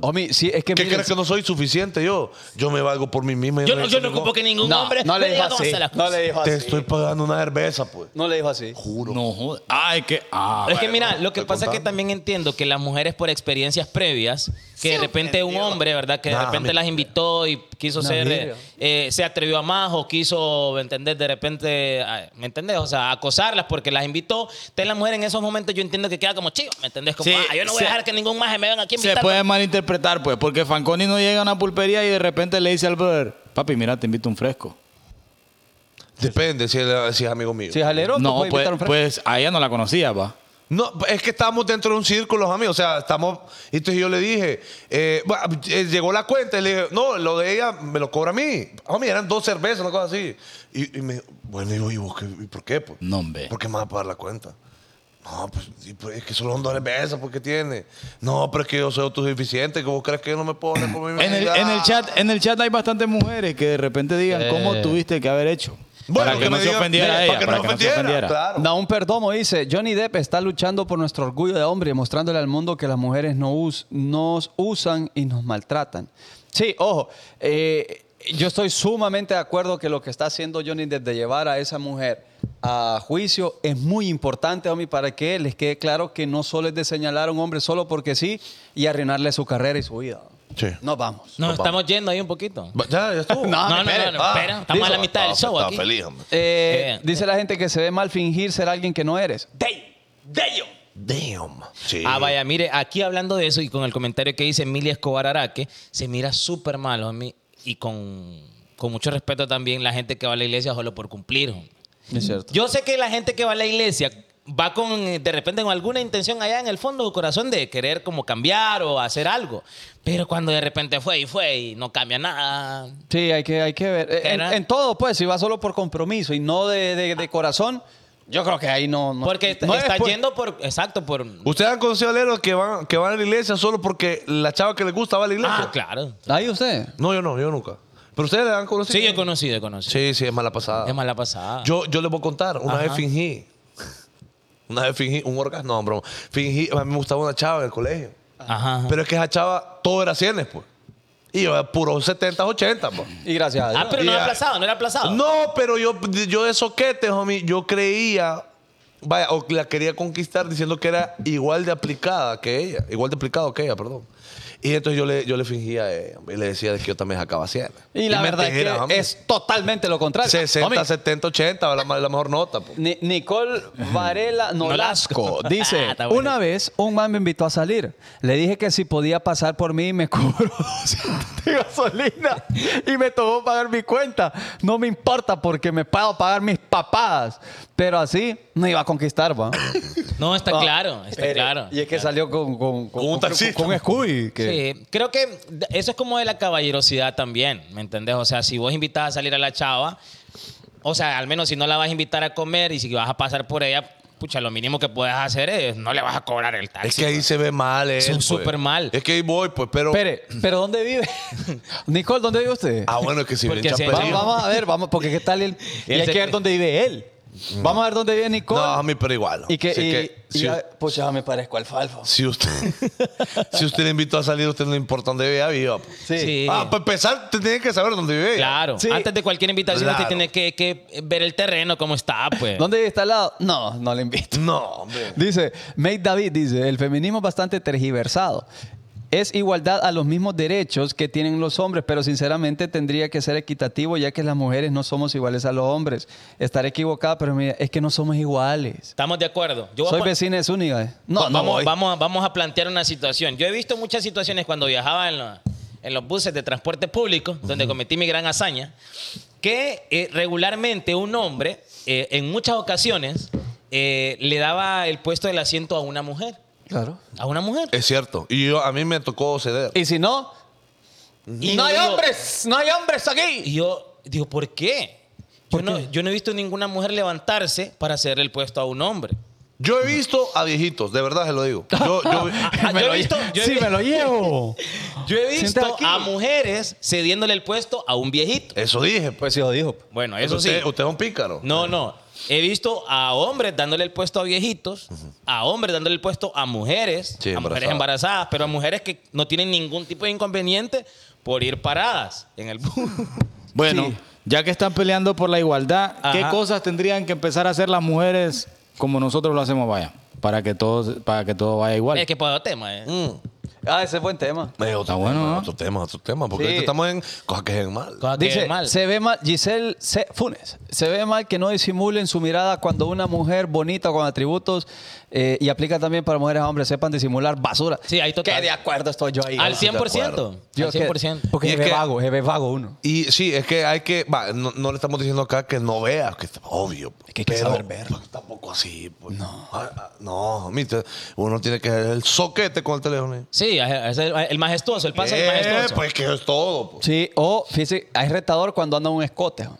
[SPEAKER 3] Homie, sí, es que.
[SPEAKER 4] ¿Qué
[SPEAKER 3] miren,
[SPEAKER 4] crees que no soy suficiente yo? Yo me valgo por mí mismo.
[SPEAKER 2] Yo no, yo no ocupo que ningún
[SPEAKER 3] No,
[SPEAKER 2] hombre
[SPEAKER 3] no le
[SPEAKER 2] me
[SPEAKER 3] dijo
[SPEAKER 2] diga dónde
[SPEAKER 3] así.
[SPEAKER 2] hacer las
[SPEAKER 3] No
[SPEAKER 2] cosas.
[SPEAKER 3] le dijo
[SPEAKER 4] Te
[SPEAKER 3] así.
[SPEAKER 4] estoy pagando una cerveza, pues.
[SPEAKER 3] No le dijo así.
[SPEAKER 4] Juro.
[SPEAKER 1] No jodas. Ay, que. Ah,
[SPEAKER 2] es que mira, lo que
[SPEAKER 4] estoy
[SPEAKER 2] pasa es que
[SPEAKER 4] contando.
[SPEAKER 2] también entiendo que las mujeres por experiencias previas, que de repente un hombre, ¿verdad? Que de
[SPEAKER 4] Nah,
[SPEAKER 2] repente
[SPEAKER 4] mi-
[SPEAKER 2] las invitó y quiso ser, eh,
[SPEAKER 3] mira.
[SPEAKER 2] eh, se atrevió a más o quiso, ¿me entendés? De repente, ay, ¿me entendés? O sea, acosarlas porque las invitó. Entonces la mujer en esos momentos yo entiendo que queda como chivo, ¿me entendés? Como,
[SPEAKER 1] Sí,
[SPEAKER 2] ah, yo no voy
[SPEAKER 1] se-
[SPEAKER 2] a dejar que ningún maje me venga aquí a
[SPEAKER 1] se
[SPEAKER 2] invitar.
[SPEAKER 1] puede malinterpretar, pues, porque Fanconi no llega a una pulpería y de repente le dice al brother, papi, mira, te invito un fresco.
[SPEAKER 4] Depende si es, si es amigo mío.
[SPEAKER 3] Si es alero, tú
[SPEAKER 1] No,
[SPEAKER 3] puedes
[SPEAKER 1] pues,
[SPEAKER 3] invitar a un fre-
[SPEAKER 1] pues a ella no la conocía, va.
[SPEAKER 4] No, es que estamos dentro de un círculo, los amigos. O sea, estamos. y Entonces yo le dije, eh, bueno, eh, llegó la cuenta y le dije, no, lo de ella me lo cobra a mí. Homie, eran dos cervezas, una cosa así. Y, y me dijo, bueno, digo, ¿y vos qué, y por qué? Pues?
[SPEAKER 1] No, hombre.
[SPEAKER 4] ¿Por qué me vas a pagar la cuenta? No, pues, y, pues, es que solo son dos cervezas, ¿por qué tiene? No, pero es que yo soy autosuficiente, que vos crees que yo no me puedo poner por mí
[SPEAKER 1] En el,
[SPEAKER 4] misma?
[SPEAKER 1] en el chat, en el chat hay bastantes mujeres que de repente digan cómo tuviste que haber hecho.
[SPEAKER 4] Bueno,
[SPEAKER 1] para que,
[SPEAKER 4] que
[SPEAKER 1] no
[SPEAKER 4] me
[SPEAKER 1] se
[SPEAKER 4] digan-
[SPEAKER 1] ofendiera
[SPEAKER 4] para
[SPEAKER 1] ella.
[SPEAKER 4] que no
[SPEAKER 1] Para que no se
[SPEAKER 4] ofendiera,
[SPEAKER 1] ofendiera.
[SPEAKER 4] claro.
[SPEAKER 3] Naun Perdomo dice, Johnny Depp está luchando por nuestro orgullo de hombre y mostrándole al mundo que las mujeres no us- nos usan y nos maltratan. Sí, ojo, eh, yo estoy sumamente de acuerdo que lo que está haciendo Johnny Depp de llevar a esa mujer a juicio es muy importante, homie, para que les quede claro que no solo es de señalar a un hombre solo porque sí y arruinarle su carrera y su vida.
[SPEAKER 4] Sí.
[SPEAKER 3] Nos vamos.
[SPEAKER 2] Nos estamos yendo ahí un poquito.
[SPEAKER 4] Va- Ya, ya estuvo.
[SPEAKER 2] No, no, no, no, espera. Estamos a la mitad del show
[SPEAKER 4] Estaba
[SPEAKER 2] aquí.
[SPEAKER 4] pues, feliz, hombre.
[SPEAKER 3] Eh,
[SPEAKER 2] Eh.
[SPEAKER 3] dice la gente que se ve mal fingir ser alguien que no eres.
[SPEAKER 4] Damn. Sí.
[SPEAKER 2] Ah, vaya, mire, aquí hablando de eso y con el comentario que dice Emilia Escobar Araque, se mira súper malo a mí y con, con mucho respeto también la gente que va a la iglesia solo por cumplir. hombre.
[SPEAKER 3] Es cierto.
[SPEAKER 2] Yo sé que la gente que va a la iglesia va con, eh, de repente, con alguna intención allá en el fondo de su corazón de querer como cambiar o hacer algo. Pero cuando de repente fue y fue y no cambia nada.
[SPEAKER 3] Sí, hay que, hay que ver. Eh, En,
[SPEAKER 2] Era-
[SPEAKER 3] en todo, pues, si va solo por compromiso y no de, de- de corazón, yo creo que ahí no. no-
[SPEAKER 2] Porque
[SPEAKER 3] no es
[SPEAKER 2] está
[SPEAKER 3] por-
[SPEAKER 2] yendo por, exacto, por...
[SPEAKER 4] ¿Ustedes han conocido aleros que van, que van a la iglesia solo porque la chava que les gusta va a la iglesia?
[SPEAKER 2] Ah, claro.
[SPEAKER 3] Ahí usted.
[SPEAKER 4] No, yo no, yo nunca. Pero ustedes le han conocido.
[SPEAKER 2] Sí, yo he conocido, he conocido.
[SPEAKER 4] Sí, sí, es mala pasada.
[SPEAKER 2] Es mala pasada.
[SPEAKER 4] Yo, yo les voy a contar. Una
[SPEAKER 2] Ajá.
[SPEAKER 4] vez fingí. Una vez fingí un orgasmo. No, broma. Fingí. A mí me gustaba una chava en el colegio.
[SPEAKER 2] Ajá. ajá.
[SPEAKER 4] Pero es que esa chava todo era cienes, pues. Y yo era puro 70, 80, pues.
[SPEAKER 3] Y gracias a Dios.
[SPEAKER 2] ah, pero no
[SPEAKER 4] Ya.
[SPEAKER 2] era aplazado, no era aplazado.
[SPEAKER 4] No, pero yo, yo de soquete, homie, yo creía, vaya, o la quería conquistar diciendo que era igual de aplicada que ella, igual de aplicado que ella, perdón. Y entonces yo le, yo le fingía a ella, homie, y le decía que yo también acababa haciendo.
[SPEAKER 3] y la verdad es que es totalmente lo contrario.
[SPEAKER 4] 60,
[SPEAKER 3] Homie,
[SPEAKER 4] 70, 80, la, ma- la mejor nota. pues. po.
[SPEAKER 3] Ni- Nicole Varela Nolasco
[SPEAKER 2] Nolasco.
[SPEAKER 3] dice:
[SPEAKER 2] Ah, está bueno.
[SPEAKER 3] Una vez un man me invitó a salir. Le dije que si podía pasar por mí y me cobró 200 de gasolina y me tocó pagar mi cuenta. No me importa porque me pago pagar mis papadas. Pero así no iba a conquistar, va.
[SPEAKER 2] No, está
[SPEAKER 3] Ah,
[SPEAKER 2] claro, está
[SPEAKER 3] pero-
[SPEAKER 2] claro.
[SPEAKER 3] Y es que salió con, con,
[SPEAKER 4] Con un taxista.
[SPEAKER 3] Con, Scooby. que-
[SPEAKER 2] Sí, creo que eso es como de la caballerosidad también, ¿me entendés? O sea, si vos invitás a salir a la chava, o sea, al menos si no la vas a invitar a comer y si vas a pasar por ella, pucha, lo mínimo que puedes hacer es no le vas a cobrar el taxi.
[SPEAKER 4] Es que ahí se ve mal, eh.
[SPEAKER 2] Son súper mal.
[SPEAKER 4] Es que ahí voy, pues, pero.
[SPEAKER 3] Espere, pero ¿dónde vive? Nicole, ¿dónde vive usted?
[SPEAKER 4] Ah, bueno, es que si
[SPEAKER 2] Porque
[SPEAKER 4] bien
[SPEAKER 2] se-
[SPEAKER 3] Va-
[SPEAKER 4] chaperío.
[SPEAKER 2] sí.
[SPEAKER 3] vamos a ver, vamos, porque qué tal el. Y
[SPEAKER 2] Él
[SPEAKER 3] hay
[SPEAKER 2] se-
[SPEAKER 3] que ver dónde vive él. Vamos a ver dónde vive Nicole.
[SPEAKER 4] Mm. No, a mí, pero igual.
[SPEAKER 3] y que.
[SPEAKER 4] Si
[SPEAKER 3] y,
[SPEAKER 4] es
[SPEAKER 3] y
[SPEAKER 4] si-
[SPEAKER 3] ya- pues ya me parezco alfalfa.
[SPEAKER 4] Si usted, si usted le invitó a salir, usted no le importa dónde viva, viva. po.
[SPEAKER 3] Sí.
[SPEAKER 2] Sí.
[SPEAKER 4] Ah, para empezar, usted tiene que saber dónde vive.
[SPEAKER 2] Claro,
[SPEAKER 3] Sí.
[SPEAKER 2] antes de cualquier invitación
[SPEAKER 4] Claro.
[SPEAKER 2] usted tiene que, que ver el terreno, cómo está, pues.
[SPEAKER 3] ¿Dónde vive está al lado? No, no le invito.
[SPEAKER 4] No, hombre.
[SPEAKER 3] Dice, Mate David dice, el feminismo es bastante tergiversado. Es igualdad a los mismos derechos que tienen los hombres, pero sinceramente tendría que ser equitativo ya que las mujeres no somos iguales a los hombres. Estaré equivocada, pero mira, es que no somos iguales.
[SPEAKER 2] ¿Estamos de acuerdo? Yo voy a
[SPEAKER 3] Soy
[SPEAKER 2] pon-
[SPEAKER 3] vecina de Zúñiga. eh. No,
[SPEAKER 2] Va-
[SPEAKER 3] no
[SPEAKER 2] vamos,
[SPEAKER 3] voy.
[SPEAKER 2] vamos, a- vamos a plantear una situación. Yo he visto muchas situaciones cuando viajaba en, la- en los buses de transporte público, donde cometí mi gran hazaña, que eh, regularmente un hombre, eh, en muchas ocasiones, eh, le daba el puesto del asiento a una mujer.
[SPEAKER 3] Claro.
[SPEAKER 2] A una mujer.
[SPEAKER 3] Eh,
[SPEAKER 4] Es cierto. Y yo, a mí me tocó ceder.
[SPEAKER 3] Y si no,
[SPEAKER 2] Y
[SPEAKER 3] no
[SPEAKER 2] yo
[SPEAKER 3] hay
[SPEAKER 2] digo-
[SPEAKER 3] hombres, no hay hombres aquí.
[SPEAKER 2] Y yo digo, ¿por qué?
[SPEAKER 3] ¿Por
[SPEAKER 2] yo, No,
[SPEAKER 3] qué?
[SPEAKER 2] yo no he visto ninguna mujer levantarse para hacerle el puesto a un hombre.
[SPEAKER 4] Yo he visto a viejitos, de verdad se lo digo. Yo, yo,
[SPEAKER 2] Ah, yo he visto- yo he
[SPEAKER 3] sí,
[SPEAKER 2] vi-
[SPEAKER 3] me lo llevo.
[SPEAKER 2] Yo he
[SPEAKER 3] Siéntate
[SPEAKER 2] visto
[SPEAKER 3] aquí.
[SPEAKER 2] a mujeres cediéndole el puesto a un viejito.
[SPEAKER 4] eso dije. pues.
[SPEAKER 3] Pues sí, lo dijo.
[SPEAKER 2] Bueno, eso sí.
[SPEAKER 4] usted, Usted es un pícaro.
[SPEAKER 2] No, no. He visto a hombres dándole el puesto a viejitos, a hombres dándole el puesto a mujeres,
[SPEAKER 4] Sí,
[SPEAKER 2] a mujeres
[SPEAKER 4] embarazadas.
[SPEAKER 2] embarazadas, pero a mujeres que no tienen ningún tipo de inconveniente por ir paradas en el bus.
[SPEAKER 1] Bueno,
[SPEAKER 3] Sí.
[SPEAKER 1] ya que están peleando por la igualdad, ¿qué
[SPEAKER 2] Ajá.
[SPEAKER 1] cosas tendrían que empezar a hacer las mujeres como nosotros lo hacemos, vaya? Para que todo, para que todo vaya igual.
[SPEAKER 2] es que para tema, ¿eh?
[SPEAKER 3] Ah, ese es buen tema.
[SPEAKER 4] Es otro
[SPEAKER 1] Está
[SPEAKER 4] tema,
[SPEAKER 1] bueno, ¿no?
[SPEAKER 4] otro tema, otro tema. Porque
[SPEAKER 3] Sí.
[SPEAKER 4] ahorita estamos en cosas que es mal.
[SPEAKER 2] Cosa que
[SPEAKER 3] Dice,
[SPEAKER 2] es mal.
[SPEAKER 3] se ve mal, Giselle C- Funes, se ve mal que no disimulen su mirada cuando una mujer bonita con atributos, eh, y aplica también para mujeres a hombres, sepan disimular basura.
[SPEAKER 2] Sí, ahí total.
[SPEAKER 3] Que de acuerdo estoy yo ahí.
[SPEAKER 2] al
[SPEAKER 3] Yo
[SPEAKER 2] 100%.
[SPEAKER 3] que-
[SPEAKER 2] Al 100%.
[SPEAKER 3] porque
[SPEAKER 4] Y
[SPEAKER 3] es
[SPEAKER 4] es que-
[SPEAKER 3] vago, es vago uno.
[SPEAKER 4] Y sí, es que hay que. va, no, no le estamos diciendo acá que no veas, que está- obvio.
[SPEAKER 3] Es que hay que
[SPEAKER 4] pero,
[SPEAKER 3] saber ver.
[SPEAKER 4] pues, Tampoco así. pues. Ah, ah, no, mire, uno tiene que el soquete con el teléfono. ahí.
[SPEAKER 2] Sí, es el, el majestuoso, el pase del
[SPEAKER 4] Eh,
[SPEAKER 2] majestuoso.
[SPEAKER 4] Pues que es todo. pues.
[SPEAKER 3] Sí, o fíjese, es retador cuando anda un escote, ¿no?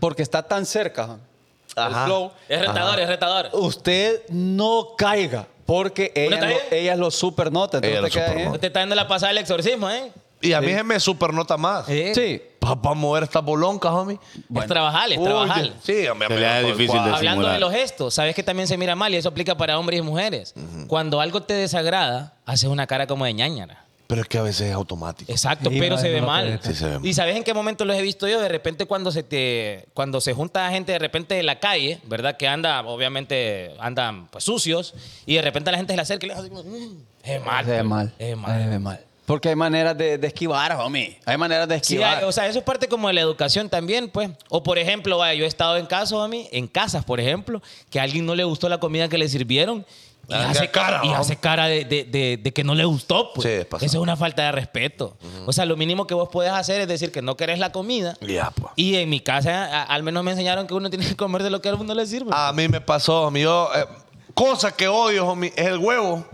[SPEAKER 3] porque está tan cerca. ¿no?
[SPEAKER 4] Ajá.
[SPEAKER 3] El flow.
[SPEAKER 2] es retador, es retador.
[SPEAKER 4] Uh.
[SPEAKER 3] Usted no caiga, porque ellas
[SPEAKER 2] está
[SPEAKER 3] lo,
[SPEAKER 2] bien.
[SPEAKER 3] ellas lo supernota. Entonces
[SPEAKER 4] Ellas
[SPEAKER 3] usted
[SPEAKER 4] lo
[SPEAKER 3] queda,
[SPEAKER 4] supernota.
[SPEAKER 2] Usted está dando la pasada del exorcismo, ¿eh?
[SPEAKER 4] Y a mí se me supernota más.
[SPEAKER 3] ¿eh?
[SPEAKER 2] Sí.
[SPEAKER 3] Sí.
[SPEAKER 4] Para mover estas boloncas, homie.
[SPEAKER 2] Es trabajar, es
[SPEAKER 4] Uy,
[SPEAKER 2] trabajar.
[SPEAKER 4] yo- Sí, hombre,
[SPEAKER 1] Se le hace
[SPEAKER 4] pero-
[SPEAKER 1] difícil
[SPEAKER 4] guau.
[SPEAKER 1] de-
[SPEAKER 2] Hablando de
[SPEAKER 1] simular.
[SPEAKER 2] los gestos, sabes que también se mira mal y eso aplica para hombres y mujeres. Cuando algo te desagrada, haces una cara como de ñañara.
[SPEAKER 4] Pero es que a veces es automático.
[SPEAKER 2] Exacto,
[SPEAKER 3] Sí,
[SPEAKER 2] pero
[SPEAKER 3] madre,
[SPEAKER 2] se ve
[SPEAKER 3] no lo
[SPEAKER 2] mal.
[SPEAKER 4] creo. Sí, se ve mal.
[SPEAKER 2] Y sabes en qué momento los he visto yo, de repente cuando se te cuando se junta gente de repente de la calle, ¿verdad? Que anda obviamente andan pues sucios y de repente a la gente se le acerca y le hace como, "Mm". es mal.
[SPEAKER 3] Se ve
[SPEAKER 2] pues,
[SPEAKER 3] mal.
[SPEAKER 2] Es mal.
[SPEAKER 3] Se ve mal. Porque hay maneras de, de esquivar, homie. Hay maneras de
[SPEAKER 2] Sí,
[SPEAKER 3] esquivar.
[SPEAKER 2] hay- o sea, eso es parte como de la educación también, pues. O por ejemplo, vaya, yo he estado en casos a mí, en casas, por ejemplo, que a alguien no le gustó la comida que le sirvieron y
[SPEAKER 4] Ah,
[SPEAKER 2] hace
[SPEAKER 4] qué cara,
[SPEAKER 2] y
[SPEAKER 4] ¿no?
[SPEAKER 2] hace cara de, de- de- de que no le gustó, pues.
[SPEAKER 4] Sí, es pasado.
[SPEAKER 2] Eso es una falta de respeto. O sea, lo mínimo que vos podés hacer es decir que no querés la comida.
[SPEAKER 4] Ya, pues.
[SPEAKER 2] Y en mi casa, a- al menos me enseñaron que uno tiene que comer de lo que a uno le sirve.
[SPEAKER 4] A mí me pasó, homie. Yo, eh, cosa que odio, homie, es el huevo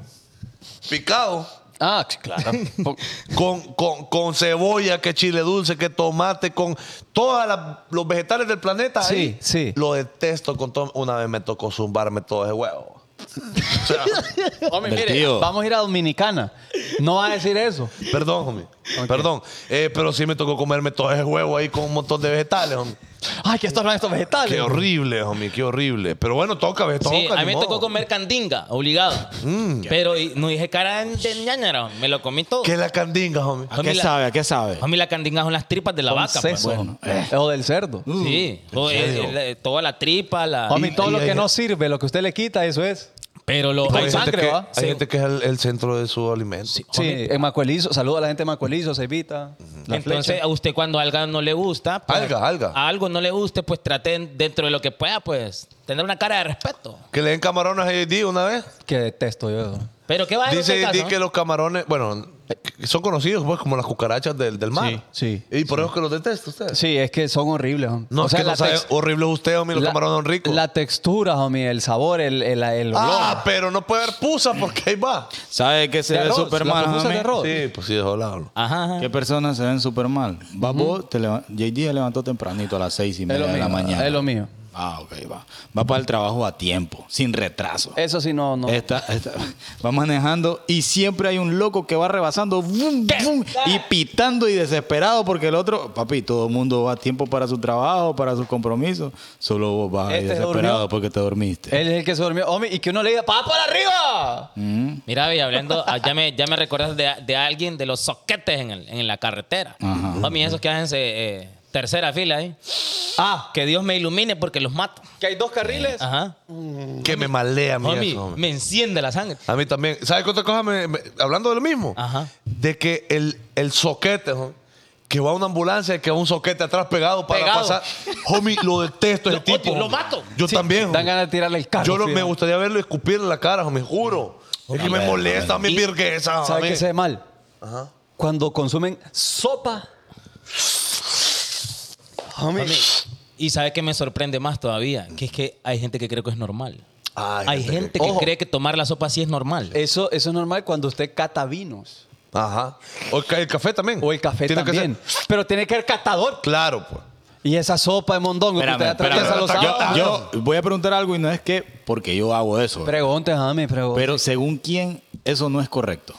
[SPEAKER 4] picado.
[SPEAKER 3] ah, sí, claro. Po-
[SPEAKER 4] Con, con, con cebolla, que chile dulce, que tomate, con todos los vegetales del planeta.
[SPEAKER 3] Sí,
[SPEAKER 4] ahí.
[SPEAKER 3] sí.
[SPEAKER 4] Lo detesto con todo. Una vez me tocó zumbarme todo ese huevo. O sea,
[SPEAKER 3] homie,
[SPEAKER 1] Del
[SPEAKER 3] mire,
[SPEAKER 1] tío.
[SPEAKER 3] vamos a ir a Dominicana. No va a decir eso.
[SPEAKER 4] perdón, homie. Perdón. Eh, pero sí me tocó comerme todo ese huevo ahí con un montón de vegetales, homie.
[SPEAKER 3] Ay, que estos hablan estos vegetales.
[SPEAKER 4] Qué horrible, homie, qué horrible. Pero bueno, toca, ves, toca.
[SPEAKER 2] Sí, a mí me
[SPEAKER 4] ni modo. Mm.
[SPEAKER 2] tocó comer candinga, obligado. Pero y- no dije cara de ñañara, me lo comí todo.
[SPEAKER 4] ¿Qué es la candinga, homie?
[SPEAKER 1] ¿A qué
[SPEAKER 2] la-
[SPEAKER 1] sabe? ¿A qué sabe?
[SPEAKER 2] A mí la candinga son las tripas de la
[SPEAKER 3] Con
[SPEAKER 2] vaca. pues.
[SPEAKER 3] seso.
[SPEAKER 1] bueno, eh.
[SPEAKER 3] O del cerdo.
[SPEAKER 2] Sí, o
[SPEAKER 4] Mm. ¿En
[SPEAKER 2] el-
[SPEAKER 4] serio?
[SPEAKER 2] el- el- toda la tripa, la...
[SPEAKER 3] Homie,
[SPEAKER 4] Y-
[SPEAKER 3] todo
[SPEAKER 4] y
[SPEAKER 3] lo
[SPEAKER 4] hay
[SPEAKER 3] que no
[SPEAKER 4] gente-
[SPEAKER 3] sirve, lo que usted le quita, eso es.
[SPEAKER 2] pero lo...
[SPEAKER 3] Hay
[SPEAKER 4] Hay,
[SPEAKER 3] sangre,
[SPEAKER 4] gente, que,
[SPEAKER 3] ¿va?
[SPEAKER 4] hay
[SPEAKER 2] Sí.
[SPEAKER 4] gente que es el, el centro de su alimento.
[SPEAKER 3] Sí, en Macuelizo. Saludo a la gente de Macuelizo, Ceibita. La
[SPEAKER 2] Entonces,
[SPEAKER 3] flecha.
[SPEAKER 2] a usted cuando algo no le gusta... pues,
[SPEAKER 4] Alga, alga.
[SPEAKER 2] A algo no le guste, pues traten dentro de lo que pueda, pues, tener una cara de respeto.
[SPEAKER 4] Que le den camarones a JD una vez.
[SPEAKER 3] Que detesto yo. eso.
[SPEAKER 2] Pero ¿qué va a
[SPEAKER 4] Dice
[SPEAKER 2] decir
[SPEAKER 4] JD que los camarones, bueno, que son conocidos pues como las cucarachas del, del mar.
[SPEAKER 3] Sí, sí,
[SPEAKER 4] Y por eso es que los detesta usted.
[SPEAKER 3] Sí, es que son horribles. homie.
[SPEAKER 4] No,
[SPEAKER 3] O sea,
[SPEAKER 4] es que
[SPEAKER 3] la
[SPEAKER 4] no sabe,
[SPEAKER 3] tex-
[SPEAKER 4] horrible usted, homie, los
[SPEAKER 3] la-
[SPEAKER 4] camarones son ricos.
[SPEAKER 3] La textura, homie, el sabor, el, el, el olor.
[SPEAKER 4] ah, pero no puede haber pusa porque ahí va.
[SPEAKER 1] ¿Sabe qué se
[SPEAKER 3] De
[SPEAKER 1] ve
[SPEAKER 3] arroz,
[SPEAKER 1] súper
[SPEAKER 3] la
[SPEAKER 1] mal,
[SPEAKER 3] pupusa
[SPEAKER 1] homie?
[SPEAKER 3] de arroz.
[SPEAKER 4] Sí, pues sí, eso lo hablo.
[SPEAKER 2] Ajá, ajá.
[SPEAKER 1] ¿Qué personas se ven súper mal? Va, vos te leva- JD se levantó tempranito a las seis y
[SPEAKER 3] Es
[SPEAKER 1] media
[SPEAKER 3] lo
[SPEAKER 1] de
[SPEAKER 3] mío.
[SPEAKER 1] la mañana.
[SPEAKER 3] Es lo mío.
[SPEAKER 1] Ah, ok, va. Va para el trabajo a tiempo, sin retraso.
[SPEAKER 3] Eso sí, no, no.
[SPEAKER 1] Está- está- va manejando y siempre hay un loco que va rebasando vum, vum, y pitando y desesperado porque el otro, papi, todo el mundo va a tiempo para su trabajo, para sus compromisos. Solo vos vas ahí
[SPEAKER 3] Este
[SPEAKER 1] desesperado
[SPEAKER 3] durmió.
[SPEAKER 1] porque te dormiste.
[SPEAKER 3] Él es el que se durmió. Homie, y que uno le diga, ¡pa para arriba!
[SPEAKER 2] Mira, y hablando, ah, ya me, ya me recuerdas de, de alguien de los soquetes en, el- en la carretera.
[SPEAKER 1] Ajá.
[SPEAKER 2] Mami, esos que hacen eh, tercera fila ahí.
[SPEAKER 3] Ah,
[SPEAKER 2] Que Dios me ilumine porque los mato.
[SPEAKER 3] que hay dos carriles.
[SPEAKER 2] Ajá.
[SPEAKER 4] Que me malea, mi
[SPEAKER 2] Mami,
[SPEAKER 4] eso, homie.
[SPEAKER 2] me enciende la sangre.
[SPEAKER 4] A mí también. ¿Sabes qué otra cosa? me- me- hablando de lo mismo.
[SPEAKER 2] Ajá.
[SPEAKER 4] De que el, el soquete, homie, que va una ambulancia y que va un soquete atrás pegado para
[SPEAKER 3] Pegado.
[SPEAKER 4] pasar. Homie, lo detesto ese
[SPEAKER 2] Lo
[SPEAKER 4] tipo.
[SPEAKER 2] odio, lo
[SPEAKER 4] homie.
[SPEAKER 2] mato.
[SPEAKER 4] Yo también. homie.
[SPEAKER 3] Dan ganas de tirarle el carro.
[SPEAKER 4] Yo lo-
[SPEAKER 3] sí,
[SPEAKER 4] me
[SPEAKER 3] homie.
[SPEAKER 4] gustaría verlo y escupirle en la cara, homie, juro. Es que me
[SPEAKER 1] ver,
[SPEAKER 4] molesta mi virgueza,
[SPEAKER 3] ¿Sabe
[SPEAKER 4] homie.
[SPEAKER 3] qué se ve mal? Cuando consumen sopa. Homie.
[SPEAKER 2] Mami, Y sabe que me sorprende más todavía, que es que hay gente que cree que es normal.
[SPEAKER 4] Ah,
[SPEAKER 2] hay gente que,
[SPEAKER 3] Ojo. Eh,
[SPEAKER 2] cree que tomar la sopa sí es normal.
[SPEAKER 3] Eso, eso es normal cuando usted cata vinos.
[SPEAKER 4] Ajá. O el, ca- el café también.
[SPEAKER 3] O el café
[SPEAKER 4] Tiene que
[SPEAKER 3] también.
[SPEAKER 4] ser-
[SPEAKER 3] Pero tiene que haber catador.
[SPEAKER 4] Claro, pues.
[SPEAKER 3] Y esa sopa de mondongo que usted
[SPEAKER 1] Espérame, espérame.
[SPEAKER 3] atraviesa los sábados.
[SPEAKER 1] Yo, yo voy a preguntar algo y no es que porque yo hago eso.
[SPEAKER 3] Pregunte, Jami, pregunte.
[SPEAKER 1] Pero según quién, eso no es correcto.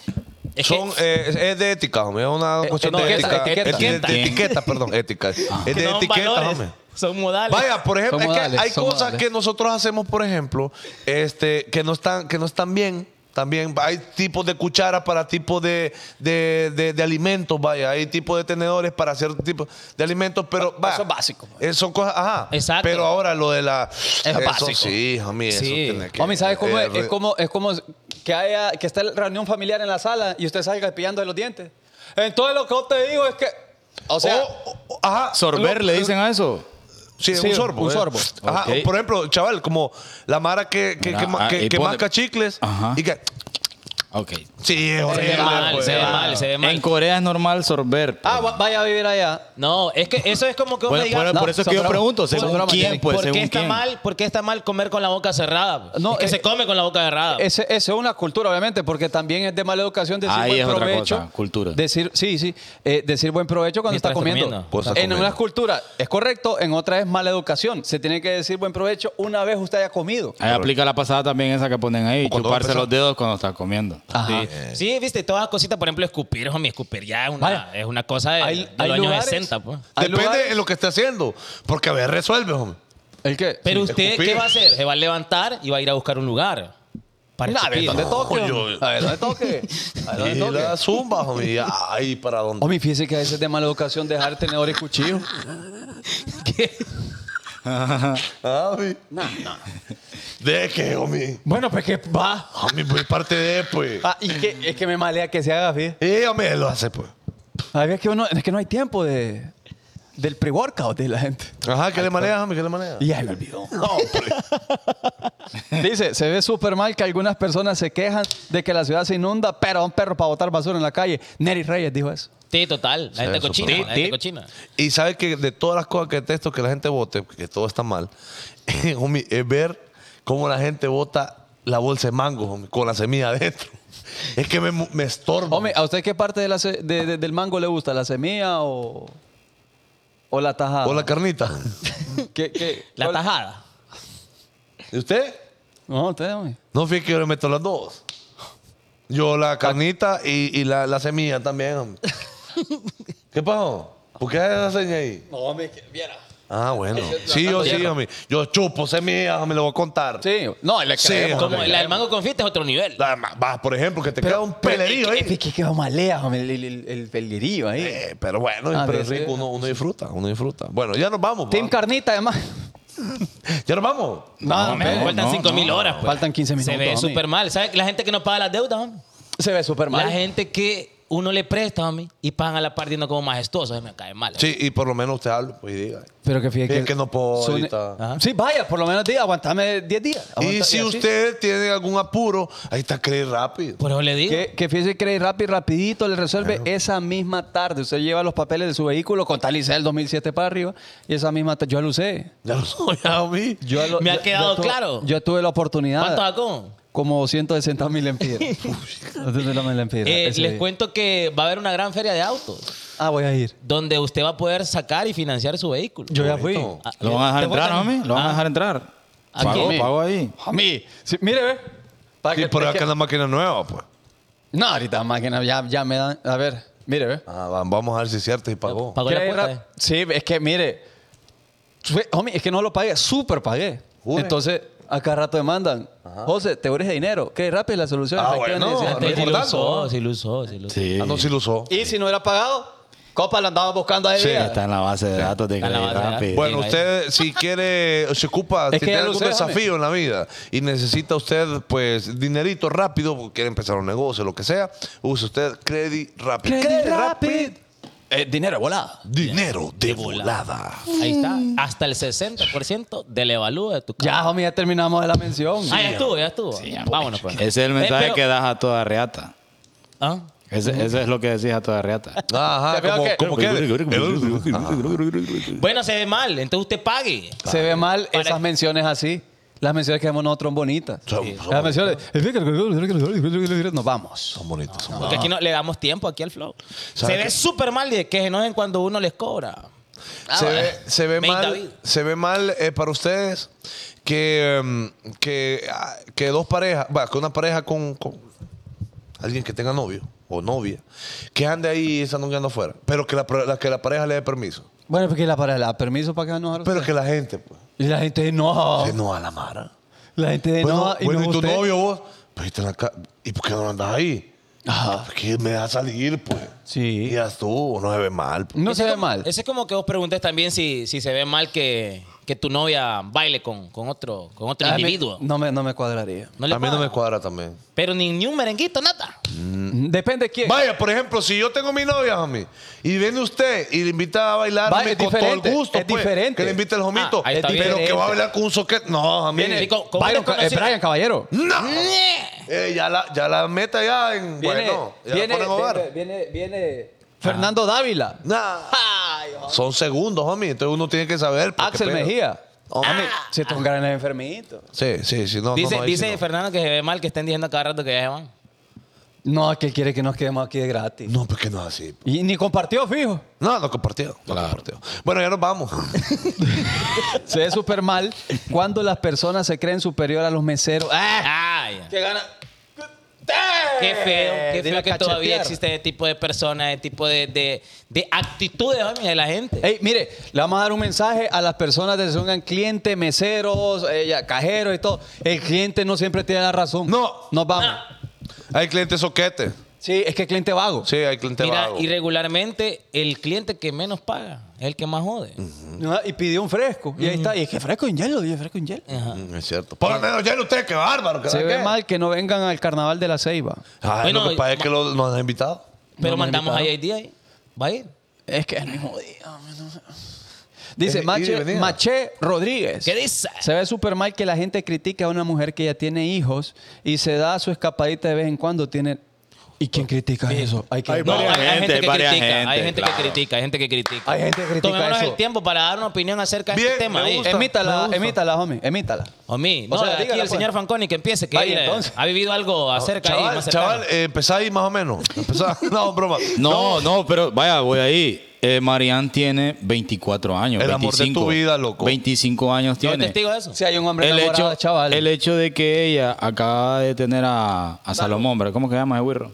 [SPEAKER 2] Es que-
[SPEAKER 4] Son, eh, es, es de ética, homie. Es una cuestión
[SPEAKER 3] no,
[SPEAKER 4] de
[SPEAKER 3] etiqueta,
[SPEAKER 4] ética.
[SPEAKER 3] etiqueta.
[SPEAKER 4] Es de- de
[SPEAKER 1] Etiqueta.
[SPEAKER 4] etiqueta, perdón. Ética. Es
[SPEAKER 2] que
[SPEAKER 4] de
[SPEAKER 2] no son
[SPEAKER 4] etiqueta,
[SPEAKER 2] valores.
[SPEAKER 4] homie.
[SPEAKER 2] Son modales.
[SPEAKER 4] Vaya, por ejemplo,
[SPEAKER 3] Son
[SPEAKER 4] es que
[SPEAKER 3] modales,
[SPEAKER 4] hay
[SPEAKER 3] son
[SPEAKER 4] cosas
[SPEAKER 3] modales.
[SPEAKER 4] que nosotros hacemos, por ejemplo, este, que no están, que no están bien. También hay tipos de cucharas para tipos de, de- de- de alimentos, vaya. Hay tipos de tenedores para cierto tipo de alimentos, pero vaya,
[SPEAKER 3] eso es básico, pues.
[SPEAKER 4] eh, son cosas, ajá.
[SPEAKER 2] Exacto.
[SPEAKER 4] Pero ahora lo de la. eso
[SPEAKER 2] básico.
[SPEAKER 4] Sí, homie, eso
[SPEAKER 2] Sí.
[SPEAKER 4] tiene que.
[SPEAKER 3] Homie, ¿sabes cómo
[SPEAKER 4] eh,
[SPEAKER 3] es? Es como, es como que haya que está la reunión familiar en la sala y usted salga pillando de los dientes. Entonces lo que yo te digo es que. O sea.
[SPEAKER 4] o- o- ajá.
[SPEAKER 1] Sorber,
[SPEAKER 4] lo-
[SPEAKER 1] le dicen a eso.
[SPEAKER 4] Sí,
[SPEAKER 3] Sí,
[SPEAKER 4] un sorbo.
[SPEAKER 3] un
[SPEAKER 4] ¿eh?
[SPEAKER 3] sorbo.
[SPEAKER 4] Ajá.
[SPEAKER 1] Ok.
[SPEAKER 4] Por ejemplo, chaval, como la Mara que, que, que,
[SPEAKER 1] Ah,
[SPEAKER 4] ma-
[SPEAKER 1] ah,
[SPEAKER 4] que-
[SPEAKER 1] y
[SPEAKER 4] que
[SPEAKER 1] pone-
[SPEAKER 4] masca chicles
[SPEAKER 1] Ajá.
[SPEAKER 4] y que.
[SPEAKER 1] Ok.
[SPEAKER 4] Sí, es
[SPEAKER 2] Se
[SPEAKER 4] horrible.
[SPEAKER 2] ve mal,
[SPEAKER 4] pues.
[SPEAKER 2] se ve mal, se ve mal.
[SPEAKER 1] En Corea es normal sorber.
[SPEAKER 3] Ah, va- vaya a vivir allá.
[SPEAKER 2] No, es que eso es como que uno
[SPEAKER 1] Bueno,
[SPEAKER 2] diga,
[SPEAKER 1] bueno,
[SPEAKER 3] no,
[SPEAKER 1] por eso es
[SPEAKER 3] son
[SPEAKER 1] que yo
[SPEAKER 3] bromas.
[SPEAKER 1] pregunto,
[SPEAKER 3] Son
[SPEAKER 1] según
[SPEAKER 3] bromas,
[SPEAKER 1] quién,
[SPEAKER 3] Jenny.
[SPEAKER 1] pues,
[SPEAKER 2] ¿por, qué
[SPEAKER 1] según
[SPEAKER 2] está
[SPEAKER 1] quién.
[SPEAKER 2] mal, ¿por qué está mal comer con la boca cerrada?
[SPEAKER 3] No,
[SPEAKER 2] No, es que
[SPEAKER 3] eh,
[SPEAKER 2] se come con la boca cerrada.
[SPEAKER 3] Ese- Esa es una cultura, obviamente, porque también es de mala educación decir
[SPEAKER 1] Ahí
[SPEAKER 3] buen
[SPEAKER 1] es otra
[SPEAKER 3] provecho.
[SPEAKER 1] cosa, cultura.
[SPEAKER 3] Decir, sí, sí. eh, decir buen provecho cuando
[SPEAKER 2] Mientras
[SPEAKER 3] está comiendo.
[SPEAKER 2] comiendo.
[SPEAKER 4] Pues está
[SPEAKER 3] en
[SPEAKER 4] comiendo.
[SPEAKER 3] unas culturas es correcto, en otras es mala educación. Se tiene que decir buen provecho una vez usted haya comido.
[SPEAKER 1] Ahí aplica la pasada también esa que ponen ahí,
[SPEAKER 4] O cuando
[SPEAKER 1] chuparse
[SPEAKER 4] empezó.
[SPEAKER 1] los dedos cuando estás comiendo.
[SPEAKER 3] Ajá.
[SPEAKER 2] Sí, viste, todas las cositas, por ejemplo, escupir, homie, escupir ya es una,
[SPEAKER 3] Vaya.
[SPEAKER 2] es una cosa de,
[SPEAKER 3] Hay-
[SPEAKER 2] de
[SPEAKER 3] hay
[SPEAKER 2] los años
[SPEAKER 3] lugares-
[SPEAKER 2] 60, pues.
[SPEAKER 3] Hay
[SPEAKER 4] Depende
[SPEAKER 3] lugares-
[SPEAKER 4] de lo que esté haciendo. Porque a ver, resuelve, hombre.
[SPEAKER 3] ¿El qué?
[SPEAKER 2] Pero
[SPEAKER 3] Sí.
[SPEAKER 2] usted,
[SPEAKER 4] escupir.
[SPEAKER 2] ¿qué va a hacer? Se va a levantar y va a ir a buscar un lugar para
[SPEAKER 3] Nah, a ver,
[SPEAKER 2] escupir.
[SPEAKER 3] ¿dónde toque?
[SPEAKER 4] Oye,
[SPEAKER 3] homie?
[SPEAKER 4] oye.
[SPEAKER 3] A ver, ¿dónde toque? A ver,
[SPEAKER 4] Y
[SPEAKER 3] ¿dónde
[SPEAKER 4] la
[SPEAKER 3] toque?
[SPEAKER 4] zumba, homie. Ay, ¿para dónde?
[SPEAKER 3] Homie, fíjese que a veces es de mala educación dejar tenedor y cuchillo.
[SPEAKER 4] Ah, homie. ¿De qué, homie?
[SPEAKER 3] Bueno, pues que va.
[SPEAKER 4] Homie, pues parte de, pues.
[SPEAKER 3] Ah, y que, es que me malea que se haga, fíjate.
[SPEAKER 4] Y homie, lo hace, pues.
[SPEAKER 3] A ver, es que, uno- es que no hay tiempo de, del pre-workout de la gente.
[SPEAKER 4] Ajá, ¿qué le maneja, homie? ¿Qué le maneja?
[SPEAKER 3] Y ya me olvidó.
[SPEAKER 4] No, hombre.
[SPEAKER 3] Dice, se ve súper mal que algunas personas se quejan de que la ciudad se inunda, pero un perro para botar basura en la calle. Neri Reyes dijo eso.
[SPEAKER 2] Sí, total. La gente
[SPEAKER 4] eso,
[SPEAKER 2] cochina,
[SPEAKER 4] sí,
[SPEAKER 2] la gente
[SPEAKER 4] sí.
[SPEAKER 2] cochina.
[SPEAKER 4] Y sabe que de todas las cosas que detesto que la gente vote, que todo está mal, homie, es ver cómo la gente vota la bolsa de mango, homie, con la semilla adentro. Es que me, me estorba.
[SPEAKER 3] Hombre, ¿a usted qué parte de la se- de- de- del mango le gusta? ¿La semilla o, o la tajada?
[SPEAKER 4] O la carnita.
[SPEAKER 3] ¿Qué- qué-
[SPEAKER 2] La
[SPEAKER 3] cuál-
[SPEAKER 2] tajada.
[SPEAKER 4] ¿Y usted?
[SPEAKER 3] No, usted, hombre.
[SPEAKER 4] No fíjate que yo le meto las dos. Yo la carnita y, y la, la semilla también. hombre. ¿Qué pasó? ¿Por qué haces esa seña ahí?
[SPEAKER 3] No, hombre, que viera.
[SPEAKER 4] Ah, bueno. Sí, yo sí, homie. Yo chupo semillas, me lo voy a contar.
[SPEAKER 3] Sí, no, le
[SPEAKER 4] Sí,
[SPEAKER 3] creemos,
[SPEAKER 4] hombre.
[SPEAKER 3] le
[SPEAKER 2] Como la del mango confite es otro nivel.
[SPEAKER 4] La- Vas, por ejemplo, que te queda un pelerío
[SPEAKER 3] Es que,
[SPEAKER 4] ahí.
[SPEAKER 3] es que quedó malea, hombre, el, el, el- el pelerío ahí.
[SPEAKER 4] Eh, pero bueno,
[SPEAKER 3] Ah,
[SPEAKER 4] pero
[SPEAKER 3] de
[SPEAKER 4] es rico,
[SPEAKER 3] verdad.
[SPEAKER 4] uno, uno disfruta, uno disfruta. Bueno, ya nos vamos.
[SPEAKER 3] Team
[SPEAKER 4] va.
[SPEAKER 3] Carnita, además.
[SPEAKER 4] Ya nos vamos.
[SPEAKER 3] No,
[SPEAKER 1] No,
[SPEAKER 3] hombre,
[SPEAKER 1] no,
[SPEAKER 2] Faltan
[SPEAKER 1] no,
[SPEAKER 2] 5 mil
[SPEAKER 1] no.
[SPEAKER 2] horas. pues.
[SPEAKER 3] Faltan 15
[SPEAKER 2] Se
[SPEAKER 3] minutos,
[SPEAKER 2] ve
[SPEAKER 3] homie.
[SPEAKER 2] súper mal. ¿Sabes? La gente que no paga las deudas, homie.
[SPEAKER 3] se ve súper mal.
[SPEAKER 2] La gente que uno le presta, homie, y pagan a la par no como majestuosos, me cae mal.
[SPEAKER 4] Sí, y por lo menos usted habla, pues y diga.
[SPEAKER 3] Pero que fíjate
[SPEAKER 4] Fíjate que no puedo
[SPEAKER 3] Sune-
[SPEAKER 4] ahorita.
[SPEAKER 3] Ajá. Sí, vaya, por lo menos di- aguantame 10 días.
[SPEAKER 4] Y
[SPEAKER 3] Aguanta-
[SPEAKER 4] si
[SPEAKER 3] así.
[SPEAKER 4] usted tiene algún apuro, ahí está Crey Rápido.
[SPEAKER 2] ¿eh? Por eso le digo.
[SPEAKER 3] Que, que fíjese que rápido, rapidito le resuelve esa misma tarde. Usted lleva los papeles de su vehículo con tal y sea el 2007 para arriba y esa misma tarde. Yo lo usé.
[SPEAKER 4] Ya lo soy, a mí.
[SPEAKER 3] Yo lo-
[SPEAKER 2] Me ha
[SPEAKER 3] yo- yo
[SPEAKER 2] quedado
[SPEAKER 3] tuve-
[SPEAKER 2] claro.
[SPEAKER 3] Yo tuve la oportunidad.
[SPEAKER 2] ¿Cuánto sacó?
[SPEAKER 3] Como 160 mil empiras. 160 mil empiras.
[SPEAKER 2] Eh,
[SPEAKER 3] ese
[SPEAKER 2] les
[SPEAKER 3] día.
[SPEAKER 2] cuento que va a haber una gran feria de autos
[SPEAKER 3] Ah, voy a ir.
[SPEAKER 2] donde usted va a poder sacar y financiar su vehículo.
[SPEAKER 3] Yo ya fui.
[SPEAKER 4] Bonito.
[SPEAKER 2] Ah,
[SPEAKER 1] ¿Lo van a dejar
[SPEAKER 2] ¿te
[SPEAKER 1] entrar,
[SPEAKER 2] votan?
[SPEAKER 1] homie? ¿Lo van a
[SPEAKER 2] Ah.
[SPEAKER 1] dejar entrar?
[SPEAKER 2] ¿A
[SPEAKER 1] Pago,
[SPEAKER 3] quién?
[SPEAKER 1] pago ahí.
[SPEAKER 3] A mí. Sí, mire, ve. Para
[SPEAKER 4] Y
[SPEAKER 3] que-
[SPEAKER 4] por
[SPEAKER 3] Pues, es
[SPEAKER 4] acá
[SPEAKER 3] que-
[SPEAKER 4] la máquina nueva, pues.
[SPEAKER 3] No, ahorita máquina ya, ya me dan. A ver, mire, ve.
[SPEAKER 4] Ah, va- vamos a ver si es cierto y pagó.
[SPEAKER 2] Pagó la
[SPEAKER 3] ¿Qué
[SPEAKER 2] cuota.
[SPEAKER 3] era? Sí, es que mire, fue- homie, es que no lo pagué, súper pagué.
[SPEAKER 4] Jure.
[SPEAKER 3] Entonces, a cada rato me mandan, José, te urge dinero, que rápido la solución.
[SPEAKER 4] Ah,
[SPEAKER 3] efectivamente,
[SPEAKER 4] bueno,
[SPEAKER 3] decía,
[SPEAKER 4] hombre.
[SPEAKER 2] Antes sí lo
[SPEAKER 4] recordando,
[SPEAKER 2] usó,
[SPEAKER 4] ¿no?
[SPEAKER 2] sí lo usó, sí lo usó.
[SPEAKER 1] Sí.
[SPEAKER 4] Ah, no, sí lo usó.
[SPEAKER 3] Y si no era pagado, Copa la andaba buscando ahí.
[SPEAKER 4] Sí,
[SPEAKER 1] Ya Está en la base de datos de
[SPEAKER 2] Está en la
[SPEAKER 1] Credit
[SPEAKER 2] base de datos.
[SPEAKER 1] Rapid.
[SPEAKER 4] Bueno,
[SPEAKER 2] Venga,
[SPEAKER 4] usted si quiere, o se ocupa,
[SPEAKER 3] Es
[SPEAKER 4] si
[SPEAKER 3] que
[SPEAKER 4] tiene
[SPEAKER 3] ya lo
[SPEAKER 4] algún
[SPEAKER 3] sé,
[SPEAKER 4] desafío en la vida y necesita usted, pues, dinerito rápido, porque quiere empezar un negocio, lo que sea, use usted Credit Rapid.
[SPEAKER 3] ¡Qué rápido! Eh, dinero volado.
[SPEAKER 4] Dinero de volada.
[SPEAKER 2] Ahí está. Hasta el 60% del evalúo de tu carro.
[SPEAKER 3] Ya, homie, ya terminamos de la mención.
[SPEAKER 2] Ah, ya estuvo, ya estuvo. Vámonos, pues.
[SPEAKER 1] Ese es el
[SPEAKER 2] Eh,
[SPEAKER 1] mensaje
[SPEAKER 2] pero-
[SPEAKER 1] que das a toda reata.
[SPEAKER 2] ¿Ah?
[SPEAKER 1] Ese, ese es lo que decís a toda reata.
[SPEAKER 4] Ajá,
[SPEAKER 3] Ya veo
[SPEAKER 4] como,
[SPEAKER 3] que-
[SPEAKER 4] como que. Ah,
[SPEAKER 2] Bueno, se ve mal, entonces usted pague.
[SPEAKER 3] Se ve mal
[SPEAKER 2] Para-
[SPEAKER 3] esas menciones así. Las menciones que hacemos nosotros bonitas.
[SPEAKER 4] Son-
[SPEAKER 3] Las
[SPEAKER 4] son-
[SPEAKER 3] menciones. Nos vamos.
[SPEAKER 4] Son bonitos, son
[SPEAKER 2] Porque
[SPEAKER 4] bonitos.
[SPEAKER 2] aquí no le damos tiempo aquí al flow. Se
[SPEAKER 4] ¿Sabe
[SPEAKER 2] ve
[SPEAKER 4] qué?
[SPEAKER 2] súper mal y que se enojen cuando uno les cobra.
[SPEAKER 4] se,
[SPEAKER 2] Ah,
[SPEAKER 4] ve,
[SPEAKER 2] bueno.
[SPEAKER 4] se ve
[SPEAKER 2] Ven, David.
[SPEAKER 4] mal, se ve mal eh, para ustedes que, em, que, ah, que dos parejas, va, que una pareja con, con alguien que tenga novio o novia, que ande ahí y esa nunca anda afuera, pero que la, pro- la- que la pareja le dé permiso.
[SPEAKER 3] Bueno, porque la para la permiso para que nos arrosten.
[SPEAKER 4] Pero que la gente, pues.
[SPEAKER 3] Y la gente dice, no.
[SPEAKER 4] se no a la mara.
[SPEAKER 3] La gente dice,
[SPEAKER 4] Bueno,
[SPEAKER 3] Oh. no.
[SPEAKER 4] bueno,
[SPEAKER 3] no
[SPEAKER 4] ¿y tu
[SPEAKER 3] usted.
[SPEAKER 4] novio vos? Pues ahí está en la ca- ¿Y por qué no andas ahí?
[SPEAKER 3] Ajá.
[SPEAKER 4] Porque me da a salir, pues.
[SPEAKER 3] Sí.
[SPEAKER 4] Y ya estuvo, no se ve mal. pues.
[SPEAKER 3] No
[SPEAKER 2] Ese
[SPEAKER 3] se ve
[SPEAKER 2] como-
[SPEAKER 3] mal.
[SPEAKER 2] Ese es como que vos preguntes también si, si se ve mal que, que tu novia baile con, con otro, con otro
[SPEAKER 3] Ah, me-
[SPEAKER 2] individuo.
[SPEAKER 3] no, me, no me cuadraría.
[SPEAKER 2] No le
[SPEAKER 4] a mí no
[SPEAKER 2] cuadra.
[SPEAKER 4] me cuadra también.
[SPEAKER 2] Pero ni, ni un merenguito, nada.
[SPEAKER 3] Mm. Depende de quién.
[SPEAKER 4] Vaya, por ejemplo, si yo tengo mi novia, homie, y viene usted y le invita a bailar,
[SPEAKER 3] Vaya,
[SPEAKER 4] homie,
[SPEAKER 3] es
[SPEAKER 4] con todo el
[SPEAKER 3] diferente,
[SPEAKER 4] gusto,
[SPEAKER 3] es
[SPEAKER 4] pues,
[SPEAKER 3] diferente.
[SPEAKER 4] que le invite el jomito,
[SPEAKER 2] Ah, ahí
[SPEAKER 4] pero
[SPEAKER 2] está
[SPEAKER 4] que
[SPEAKER 3] diferente.
[SPEAKER 4] va a bailar con un soquete. No, homie.
[SPEAKER 2] Viene- Rico, ¿cómo
[SPEAKER 3] Byron,
[SPEAKER 2] le
[SPEAKER 3] Ca- eh,
[SPEAKER 2] conocí-
[SPEAKER 3] Brian Caballero.
[SPEAKER 4] No. Eh, ya, la, ya la meta ya en bueno, ya la ponen a hogar.
[SPEAKER 3] viene, viene- Fernando Dávila.
[SPEAKER 4] Nah. Son segundos, homie. Entonces uno tiene que saber. pues,
[SPEAKER 3] Axel
[SPEAKER 4] qué pedo.
[SPEAKER 3] Mejía.
[SPEAKER 4] Oh.
[SPEAKER 3] Homie, si estos gran enfermito.
[SPEAKER 4] Sí, sí, sí. No,
[SPEAKER 2] dice
[SPEAKER 4] no, no, ahí sí
[SPEAKER 2] dice
[SPEAKER 4] no.
[SPEAKER 2] Fernando que se ve mal que estén diciendo cada rato que ya se van.
[SPEAKER 3] No, que él quiere que nos quedemos aquí de gratis.
[SPEAKER 4] No, porque no es así.
[SPEAKER 3] Y ni compartió, fijo.
[SPEAKER 4] No, no compartió. No compartió. Bueno, ya nos vamos.
[SPEAKER 3] Se ve súper mal cuando las personas se creen superior a los meseros. ¡Ah!
[SPEAKER 2] Ay,
[SPEAKER 3] Que gana.
[SPEAKER 2] qué feo,
[SPEAKER 3] Dile
[SPEAKER 2] qué
[SPEAKER 3] a
[SPEAKER 2] feo que
[SPEAKER 3] Eh, cachetear.
[SPEAKER 2] todavía existe ese tipo de personas, ese tipo de, de, de actitudes homie, de la gente.
[SPEAKER 3] Ey, mire, le vamos a dar un mensaje a las personas que son clientes, meseros, eh, ya, cajeros y todo. El cliente no siempre tiene la razón.
[SPEAKER 4] No.
[SPEAKER 3] Nos vamos.
[SPEAKER 4] Hay clientes soquetes.
[SPEAKER 3] Sí, es que el cliente vago.
[SPEAKER 4] Sí, hay clientes
[SPEAKER 2] Mira,
[SPEAKER 4] vagos.
[SPEAKER 2] y regularmente el cliente que menos paga es el que más jode.
[SPEAKER 3] Ah, Y pidió un fresco. Y ahí está. Y es que fresco en hielo, y es fresco en hielo.
[SPEAKER 4] Mm, Es cierto. Por lo menos ya usted, qué bárbaro.
[SPEAKER 3] Se ve
[SPEAKER 4] ¿qué?
[SPEAKER 3] mal que no vengan al carnaval de la ceiba.
[SPEAKER 4] Ay,
[SPEAKER 2] Bueno,
[SPEAKER 4] Ah, lo que pasa es
[SPEAKER 2] ma-
[SPEAKER 4] que lo- nos han invitado.
[SPEAKER 2] Pero
[SPEAKER 3] No me
[SPEAKER 2] mandamos a
[SPEAKER 3] invitaron.
[SPEAKER 2] JD ahí. Va a ir.
[SPEAKER 3] Es que es el mismo día. hombre, no sé. Dice
[SPEAKER 4] Es ida y
[SPEAKER 3] Mache,
[SPEAKER 4] venida.
[SPEAKER 3] Mache Rodríguez.
[SPEAKER 2] ¿Qué dice?
[SPEAKER 3] Se ve súper mal que la gente critique a una mujer que ya tiene hijos y se da su escapadita de vez en cuando. Tiene... ¿Y quién critica eso? Hay, que...
[SPEAKER 1] Hay
[SPEAKER 2] No, hay,
[SPEAKER 1] varias
[SPEAKER 2] hay gente,
[SPEAKER 1] gente, hay
[SPEAKER 2] que
[SPEAKER 1] varias
[SPEAKER 2] critica,
[SPEAKER 1] gente,
[SPEAKER 2] hay gente que
[SPEAKER 1] claro.
[SPEAKER 2] critica, hay gente que critica.
[SPEAKER 3] Hay gente que critica
[SPEAKER 2] Tomémonos
[SPEAKER 3] eso.
[SPEAKER 2] el tiempo para dar una opinión acerca de
[SPEAKER 4] Bien,
[SPEAKER 2] este tema.
[SPEAKER 4] me
[SPEAKER 2] ahí.
[SPEAKER 4] gusta.
[SPEAKER 3] Emítala, emítala, homie, emítala.
[SPEAKER 2] O mí.
[SPEAKER 3] O
[SPEAKER 2] No,
[SPEAKER 3] sea,
[SPEAKER 2] aquí
[SPEAKER 3] dígala,
[SPEAKER 2] el
[SPEAKER 3] pues.
[SPEAKER 2] señor Fanconi que empiece, que
[SPEAKER 3] Vaya,
[SPEAKER 2] él, eh,
[SPEAKER 3] entonces.
[SPEAKER 2] ha vivido algo acerca ahí.
[SPEAKER 4] Chaval,
[SPEAKER 2] más cercano.
[SPEAKER 4] chaval, eh, empezá ahí más o menos. Empezá. No, broma.
[SPEAKER 1] No, no, pero vaya, voy ahí. Eh, Marianne tiene 24 años.
[SPEAKER 4] El amor
[SPEAKER 1] 25,
[SPEAKER 4] de tu vida, loco.
[SPEAKER 1] 25 años
[SPEAKER 2] ¿Yo
[SPEAKER 1] tiene.
[SPEAKER 2] testigo de eso?
[SPEAKER 3] Si hay un hombre
[SPEAKER 1] El
[SPEAKER 3] enamorado,
[SPEAKER 1] hecho,
[SPEAKER 3] chaval.
[SPEAKER 1] el hecho de que ella acaba de tener a, a Salomón, ¿verdad? ¿cómo que se llama ese güirro?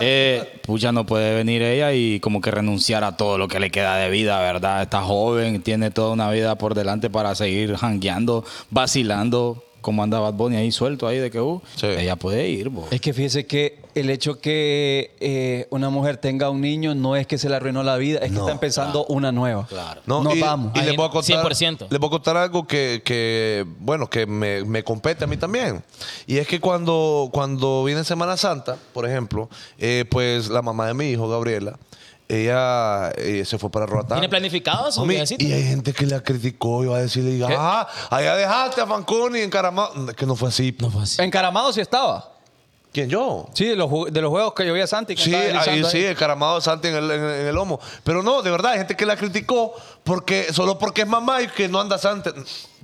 [SPEAKER 1] Eh, pucha, no puede venir ella y como que renunciar a todo lo que le queda de vida, ¿verdad? Está joven, tiene toda una vida por delante para seguir jangueando, vacilando, como anda Bad Bunny ahí suelto, ahí de que, uh,
[SPEAKER 4] Sí.
[SPEAKER 1] ella puede ir, bo.
[SPEAKER 3] Es que fíjese que el hecho que eh, una mujer tenga un niño no es que se le arruinó la vida, es que está empezando una nueva. Claro.
[SPEAKER 4] No,
[SPEAKER 3] Nos
[SPEAKER 4] y,
[SPEAKER 3] vamos.
[SPEAKER 4] Y
[SPEAKER 2] Ahí
[SPEAKER 4] les voy a
[SPEAKER 2] no,
[SPEAKER 4] contar,
[SPEAKER 2] 100%.
[SPEAKER 4] les voy a contar algo que, que, bueno, que me, me compete a mí también. Y es que cuando, cuando viene Semana Santa, por ejemplo, eh, pues la mamá de mi hijo, Gabriela, ella eh, se fue para Roatán.
[SPEAKER 2] ¿Tiene planificado su
[SPEAKER 4] Mami,
[SPEAKER 2] viajecito?
[SPEAKER 4] Y hay gente que la criticó y va a decirle, ajá, allá dejaste a Fanconi encaramado. Que no fue así.
[SPEAKER 2] No fue así.
[SPEAKER 3] Encaramado sí estaba.
[SPEAKER 4] ¿Quién yo?
[SPEAKER 3] Sí, de los, ju- de los juegos que yo vi a Santi. que
[SPEAKER 4] Sí,
[SPEAKER 3] estaba
[SPEAKER 4] ahí
[SPEAKER 3] deslizando
[SPEAKER 4] sí,
[SPEAKER 3] ahí.
[SPEAKER 4] encaramado Santi en el, en, el- en el lomo. Pero no, de verdad, hay gente que la criticó porque solo porque es mamá y que no anda Santi.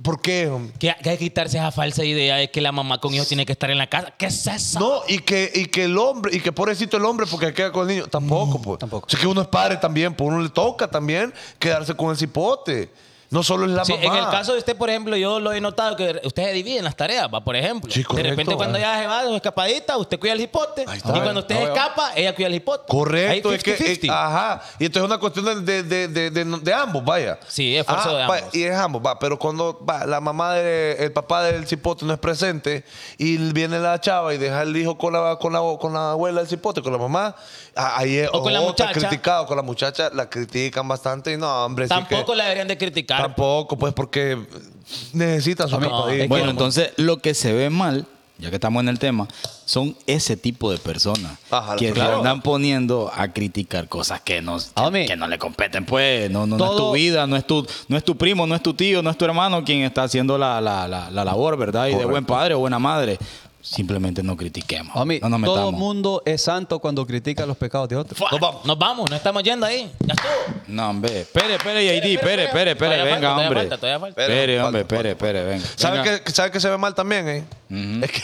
[SPEAKER 4] ¿Por qué? hombre?
[SPEAKER 2] Que, que hay que quitarse esa falsa idea de que la mamá con hijo tiene que estar en la casa. ¿Qué es eso?
[SPEAKER 4] No, y que, y que el hombre, y que pobrecito el hombre porque queda con el niño.
[SPEAKER 2] Mm,
[SPEAKER 4] Tampoco, pues.
[SPEAKER 3] tampoco.
[SPEAKER 4] O sea, que uno es padre también, pues uno le toca también quedarse con el cipote. No solo es la
[SPEAKER 2] Sí,
[SPEAKER 4] mamá.
[SPEAKER 2] en el caso de usted, por ejemplo, yo lo he notado que ustedes dividen las tareas, va, por ejemplo.
[SPEAKER 4] Sí,
[SPEAKER 2] de
[SPEAKER 4] correcto,
[SPEAKER 2] repente, cuando
[SPEAKER 4] ah.
[SPEAKER 2] ella se va de su escapadita, usted cuida el hipote.
[SPEAKER 4] Ahí
[SPEAKER 2] Y
[SPEAKER 4] está.
[SPEAKER 2] cuando usted
[SPEAKER 3] Ah,
[SPEAKER 2] escapa, ella cuida el hipote.
[SPEAKER 4] Correcto,
[SPEAKER 2] Ahí
[SPEAKER 4] es que. eh, ah, es-
[SPEAKER 2] 50-50.
[SPEAKER 4] ajá. Y entonces es una cuestión de, de- de- de- de- de ambos, vaya. Ah,
[SPEAKER 2] Sí, esfuerzo de
[SPEAKER 4] va,
[SPEAKER 2] ambos.
[SPEAKER 4] y es ambos, va. Pero cuando va, la mamá de, el papá del cipote no es presente y viene la chava y deja el hijo con la, con la, con la abuela del cipote, con la mamá, a- ahí es
[SPEAKER 2] O con la
[SPEAKER 4] otro
[SPEAKER 2] muchacha.
[SPEAKER 4] criticado. Con la muchacha la critican bastante y no, hombre. sí que-
[SPEAKER 2] Tampoco la deberían de criticar.
[SPEAKER 4] Tampoco, pues, porque necesitan su
[SPEAKER 3] A mí-
[SPEAKER 4] tiempo
[SPEAKER 3] es
[SPEAKER 4] ahí.
[SPEAKER 3] que-
[SPEAKER 1] Bueno, entonces lo que se ve mal, ya que estamos en el tema, son ese tipo de personas
[SPEAKER 4] Ajá,
[SPEAKER 1] que
[SPEAKER 4] claro.
[SPEAKER 1] se andan poniendo a criticar cosas que no,
[SPEAKER 3] Homie.
[SPEAKER 1] que no le competen, pues. No, no, no es
[SPEAKER 3] Todo-
[SPEAKER 1] tu vida, no es tu, no es tu primo, no es tu tío, no es tu hermano quien está haciendo la, la- la- la labor, ¿verdad? Y de
[SPEAKER 4] Correcto.
[SPEAKER 1] buen padre o buena madre. Simplemente no critiquemos.
[SPEAKER 3] Homie,
[SPEAKER 1] no nos
[SPEAKER 3] todo
[SPEAKER 1] metamos.
[SPEAKER 3] el mundo es santo cuando critica los pecados de otros.
[SPEAKER 2] Fuá, Nos vamos. Nos vamos, nos estamos yendo ahí. Ya estuvo.
[SPEAKER 1] No, hombre. Espere, espere, JD. Espere, espere, espere.
[SPEAKER 2] Todavía falta,
[SPEAKER 1] Venga,
[SPEAKER 2] todavía
[SPEAKER 1] hombre.
[SPEAKER 2] falta, todavía falta.
[SPEAKER 1] Espere,
[SPEAKER 4] Falta,
[SPEAKER 1] hombre.
[SPEAKER 4] falta,
[SPEAKER 1] Espere, espere. Venga. Venga.
[SPEAKER 4] ¿Sabes que, sabe que se ve mal también, eh? Es que.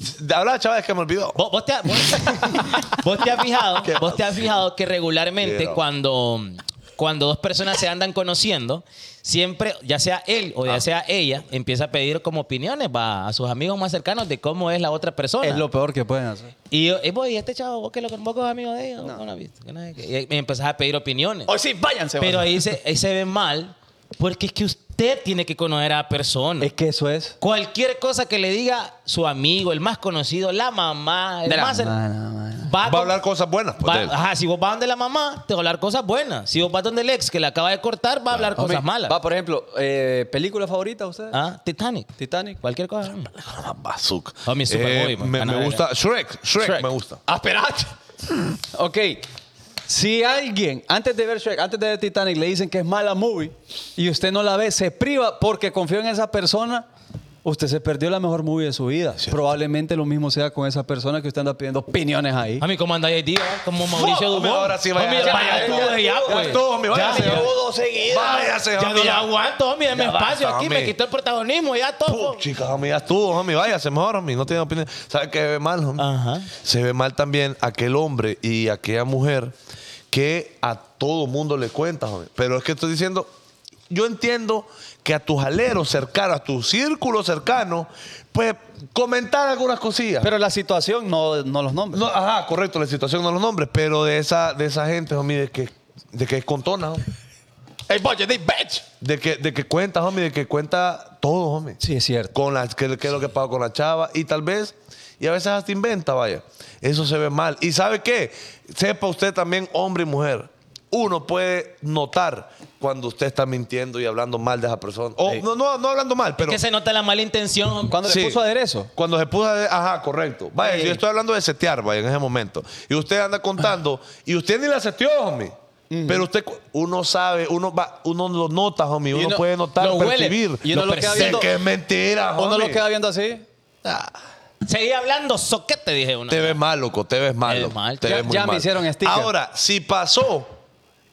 [SPEAKER 4] De hablar, chaval, es que me olvidó.
[SPEAKER 2] Vos, vos te, ha- vos- vos te has fijado, vos te has fijado que regularmente
[SPEAKER 4] Quiero.
[SPEAKER 2] cuando cuando dos personas se andan conociendo, siempre, ya sea él o
[SPEAKER 3] Ah.
[SPEAKER 2] ya sea ella, empieza a pedir como opiniones va, a sus amigos más cercanos de cómo es la otra persona.
[SPEAKER 3] Es lo peor que pueden hacer.
[SPEAKER 2] Y yo, "Eh, boy, ¿y este chavo, vos que lo vos que es amigo de ella, no, lo has visto, que nada, que- Y ahí me empezás a pedir opiniones.
[SPEAKER 3] O sí, váyanse.
[SPEAKER 2] Pero
[SPEAKER 3] váyanse.
[SPEAKER 2] ahí se, ahí se ve mal, porque es que usted tiene que conocer a la persona.
[SPEAKER 3] Es que eso es.
[SPEAKER 2] Cualquier cosa que le diga su amigo, el más conocido, la mamá, el
[SPEAKER 3] De la
[SPEAKER 2] más cer-
[SPEAKER 3] mamá, la mamá.
[SPEAKER 2] va,
[SPEAKER 4] Va a hablar cosas buenas. pues,
[SPEAKER 2] Ah, va-
[SPEAKER 4] de él.
[SPEAKER 2] ajá, si vos vas donde la mamá, te va a hablar cosas buenas. Si vos vas donde el ex que le acaba de cortar, va a hablar cosas
[SPEAKER 3] Homie,
[SPEAKER 2] malas.
[SPEAKER 3] Va, por ejemplo, eh, ¿película favorita usted?
[SPEAKER 2] Ah, Titanic.
[SPEAKER 3] Titanic.
[SPEAKER 2] Cualquier cosa.
[SPEAKER 4] Bazooka.
[SPEAKER 2] Homie, Superboy, man,
[SPEAKER 4] me,
[SPEAKER 2] van a
[SPEAKER 4] Eh, me
[SPEAKER 2] ver.
[SPEAKER 4] gusta. Shrek, Shrek,
[SPEAKER 2] Shrek.
[SPEAKER 4] me gusta.
[SPEAKER 3] Ah, esperate. ok. Si alguien, antes de ver Shrek, antes de ver Titanic, le dicen que es mala movie y usted no la ve, se priva porque confió en esa persona, usted se perdió la mejor movie de su vida. Probablemente lo mismo sea con esa persona que usted anda pidiendo opiniones ahí.
[SPEAKER 2] A mí, ¿cómo anda ahí, tío? Como Mauricio
[SPEAKER 4] Homie,
[SPEAKER 2] Dubón.
[SPEAKER 4] ahora sí vaya.
[SPEAKER 2] Homie,
[SPEAKER 4] Ya,
[SPEAKER 2] vaya
[SPEAKER 4] ya,
[SPEAKER 2] tú,
[SPEAKER 4] ya,
[SPEAKER 2] de ya,
[SPEAKER 4] ya
[SPEAKER 2] pues.
[SPEAKER 4] estuvo, homie, váyase,
[SPEAKER 2] ya,
[SPEAKER 4] homie.
[SPEAKER 2] dos seguidas.
[SPEAKER 4] Váyase,
[SPEAKER 2] Ya
[SPEAKER 4] homie,
[SPEAKER 2] no lo
[SPEAKER 4] ya.
[SPEAKER 2] aguanto, homie. Dame
[SPEAKER 4] Ya
[SPEAKER 2] espacio
[SPEAKER 4] basta,
[SPEAKER 2] aquí.
[SPEAKER 4] homie.
[SPEAKER 2] Me quitó el protagonismo. Ya todo.
[SPEAKER 4] Pum, chicas, homie, ya estuvo, homie, váyase mejor, homie, no tiene opinión. ¿Sabes qué se ve mal, homie?
[SPEAKER 2] Ajá.
[SPEAKER 4] Se ve mal también aquel hombre y aquella mujer que a todo mundo le cuenta, homie. Pero es que estoy diciendo, yo entiendo que a tus aleros cercanos, a tu círculo cercano, pues comentar algunas cosillas.
[SPEAKER 3] Pero la situación no, no los nombres.
[SPEAKER 4] No, ajá, correcto, la situación no los nombres, pero de esa, de esa gente, homie, de que, de que es contona, homie.
[SPEAKER 3] ¡Ey, boy, this bitch!
[SPEAKER 4] de que, de que cuenta, homie, de que cuenta todo, homie.
[SPEAKER 3] Sí, es cierto.
[SPEAKER 4] con la, qué, qué es lo que pasa con la chava y tal vez y a veces hasta inventa vaya eso se ve mal y sabe qué sepa usted también hombre y mujer uno puede notar cuando usted está mintiendo y hablando mal de esa persona o no, no no hablando mal pero
[SPEAKER 2] Que se nota la mala intención, homie.
[SPEAKER 3] Cuando
[SPEAKER 4] Sí.
[SPEAKER 3] le puso aderezo.
[SPEAKER 4] cuando se puso a- ajá correcto vaya
[SPEAKER 2] Ey.
[SPEAKER 4] yo estoy hablando de setear vaya en ese momento y usted anda contando y usted ni la seteó homie pero usted cu- uno sabe uno va uno lo nota homie uno,
[SPEAKER 3] uno
[SPEAKER 4] puede notar
[SPEAKER 2] lo huele.
[SPEAKER 4] percibir
[SPEAKER 3] Y uno lo queda
[SPEAKER 4] sé
[SPEAKER 3] viendo-
[SPEAKER 4] que es mentira
[SPEAKER 3] Uno lo
[SPEAKER 4] homie. Ah,
[SPEAKER 3] queda Ah, viendo así.
[SPEAKER 2] Seguí hablando soquete, dije una.
[SPEAKER 4] Te ves mal, loco, te ves mal.
[SPEAKER 2] Te ves
[SPEAKER 4] loco,
[SPEAKER 2] mal,
[SPEAKER 4] te
[SPEAKER 3] ya-
[SPEAKER 4] ves muy
[SPEAKER 3] ya me
[SPEAKER 4] mal.
[SPEAKER 3] hicieron sticker.
[SPEAKER 4] Ahora, si pasó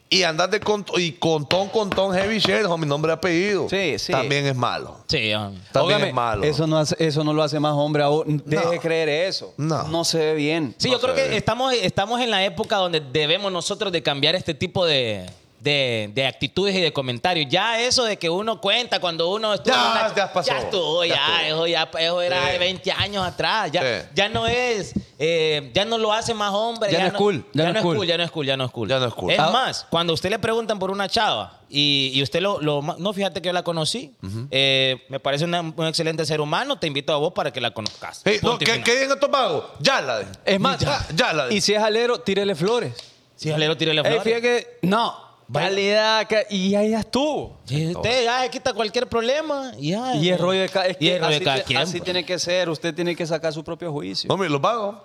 [SPEAKER 4] y andas de con, y con ton, con ton heavy shit, homie, nombre y apellido,
[SPEAKER 3] Sí, sí.
[SPEAKER 4] también es malo.
[SPEAKER 2] Sí, homie.
[SPEAKER 4] También
[SPEAKER 3] Óigame,
[SPEAKER 4] es malo.
[SPEAKER 3] Eso no, hace- eso no lo hace más hombre. a vos. Deje
[SPEAKER 4] No.
[SPEAKER 3] creer eso.
[SPEAKER 4] No.
[SPEAKER 3] No se ve bien.
[SPEAKER 2] Sí,
[SPEAKER 4] No
[SPEAKER 2] yo creo
[SPEAKER 4] se ve
[SPEAKER 2] que
[SPEAKER 4] bien.
[SPEAKER 2] estamos, estamos en la época donde debemos nosotros de cambiar este tipo de, de- de actitudes y de comentarios. Ya eso de que uno cuenta cuando uno estuvo...
[SPEAKER 4] Ya,
[SPEAKER 2] en una-
[SPEAKER 4] ya pasó.
[SPEAKER 2] Ya estuvo,
[SPEAKER 4] Ya
[SPEAKER 2] ya.
[SPEAKER 4] estuvo.
[SPEAKER 2] Eso, ya eso era
[SPEAKER 4] Sí.
[SPEAKER 2] de 20 años atrás. Ya,
[SPEAKER 4] Sí.
[SPEAKER 2] ya no es... eh, ya no lo hace más hombre.
[SPEAKER 3] Ya no es cool, ya no es cool.
[SPEAKER 2] Ya no es cool, ya no es cool.
[SPEAKER 4] Ya no es cool.
[SPEAKER 2] Es
[SPEAKER 4] Ah.
[SPEAKER 2] más, cuando a usted le preguntan por una chava y, y usted lo, lo ma- No, fíjate que yo la conocí. Eh, me parece una- un excelente ser humano. Te invito a vos para que la conozcas.
[SPEAKER 4] Hey, no,
[SPEAKER 2] Punto y
[SPEAKER 4] ¿qué,
[SPEAKER 2] final.
[SPEAKER 4] ¿Qué dicen estos pagos? Ya la de.
[SPEAKER 3] Es más,
[SPEAKER 4] ya, ya la de.
[SPEAKER 3] y si es alero, tírele flores.
[SPEAKER 2] Si jalero tire la
[SPEAKER 3] Ey,
[SPEAKER 2] flor.
[SPEAKER 3] fíjate que. No.
[SPEAKER 2] Vaya.
[SPEAKER 3] Calidad. ca- Y ahí ya estuvo.
[SPEAKER 2] Y usted ya se quita cualquier problema. Y, ya,
[SPEAKER 3] Y es rollo de cada, es
[SPEAKER 2] y
[SPEAKER 3] que
[SPEAKER 2] es rollo de
[SPEAKER 3] así
[SPEAKER 2] cada
[SPEAKER 3] te-
[SPEAKER 2] quien.
[SPEAKER 3] Así
[SPEAKER 2] pues.
[SPEAKER 3] tiene que ser. Usted tiene que sacar su propio juicio.
[SPEAKER 4] Homie, los pagos.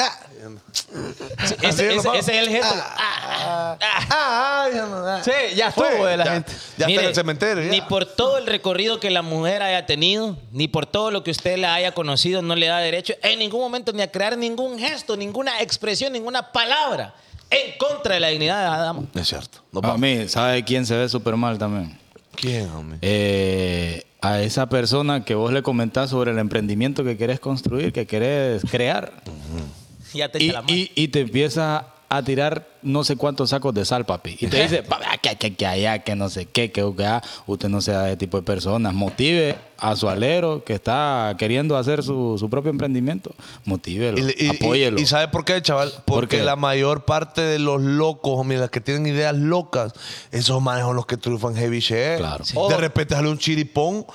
[SPEAKER 4] Ah,
[SPEAKER 2] Sí,
[SPEAKER 4] así
[SPEAKER 2] ese,
[SPEAKER 4] es lo
[SPEAKER 2] ese-
[SPEAKER 4] malo.
[SPEAKER 2] ese es el gesto. Ah, ah.
[SPEAKER 4] ah, ya no, ah.
[SPEAKER 3] Sí, ya estuvo
[SPEAKER 4] Fue,
[SPEAKER 3] de la
[SPEAKER 4] ya,
[SPEAKER 3] gente.
[SPEAKER 4] Ya
[SPEAKER 2] Mire,
[SPEAKER 4] está en el cementerio. ya.
[SPEAKER 2] Ni por todo el recorrido que la mujer haya tenido, ni por todo lo que usted la haya conocido, no le da derecho en ningún momento ni a crear ningún gesto, ninguna expresión, ninguna palabra en contra de la dignidad de la dama.
[SPEAKER 4] Es cierto. No
[SPEAKER 1] A mí, ¿sabe quién se ve súper mal también?
[SPEAKER 4] ¿Quién, homie?
[SPEAKER 1] Eh, a esa persona que vos le comentás sobre el emprendimiento que querés construir, que querés crear.
[SPEAKER 2] Ya te echa
[SPEAKER 1] Y,
[SPEAKER 2] la mano.
[SPEAKER 1] y- y te empieza a tirar no sé cuántos sacos de sal, papi. Y te dice, "Papi, que, que, que allá, que no sé qué, que que, ah, usted no sea de tipo de personas. Motive a su alero que está queriendo hacer su, su propio emprendimiento. Motívelo,
[SPEAKER 4] Y, le- y- y-
[SPEAKER 1] apóyelo.
[SPEAKER 4] y sabe por qué, chaval?
[SPEAKER 1] ¿Por
[SPEAKER 4] Porque
[SPEAKER 1] qué?
[SPEAKER 4] la mayor parte de los locos, homie, las que tienen ideas locas, esos manes son los que triunfan heavy shit.
[SPEAKER 1] Claro. Sí.
[SPEAKER 4] De repente sale un chiripón.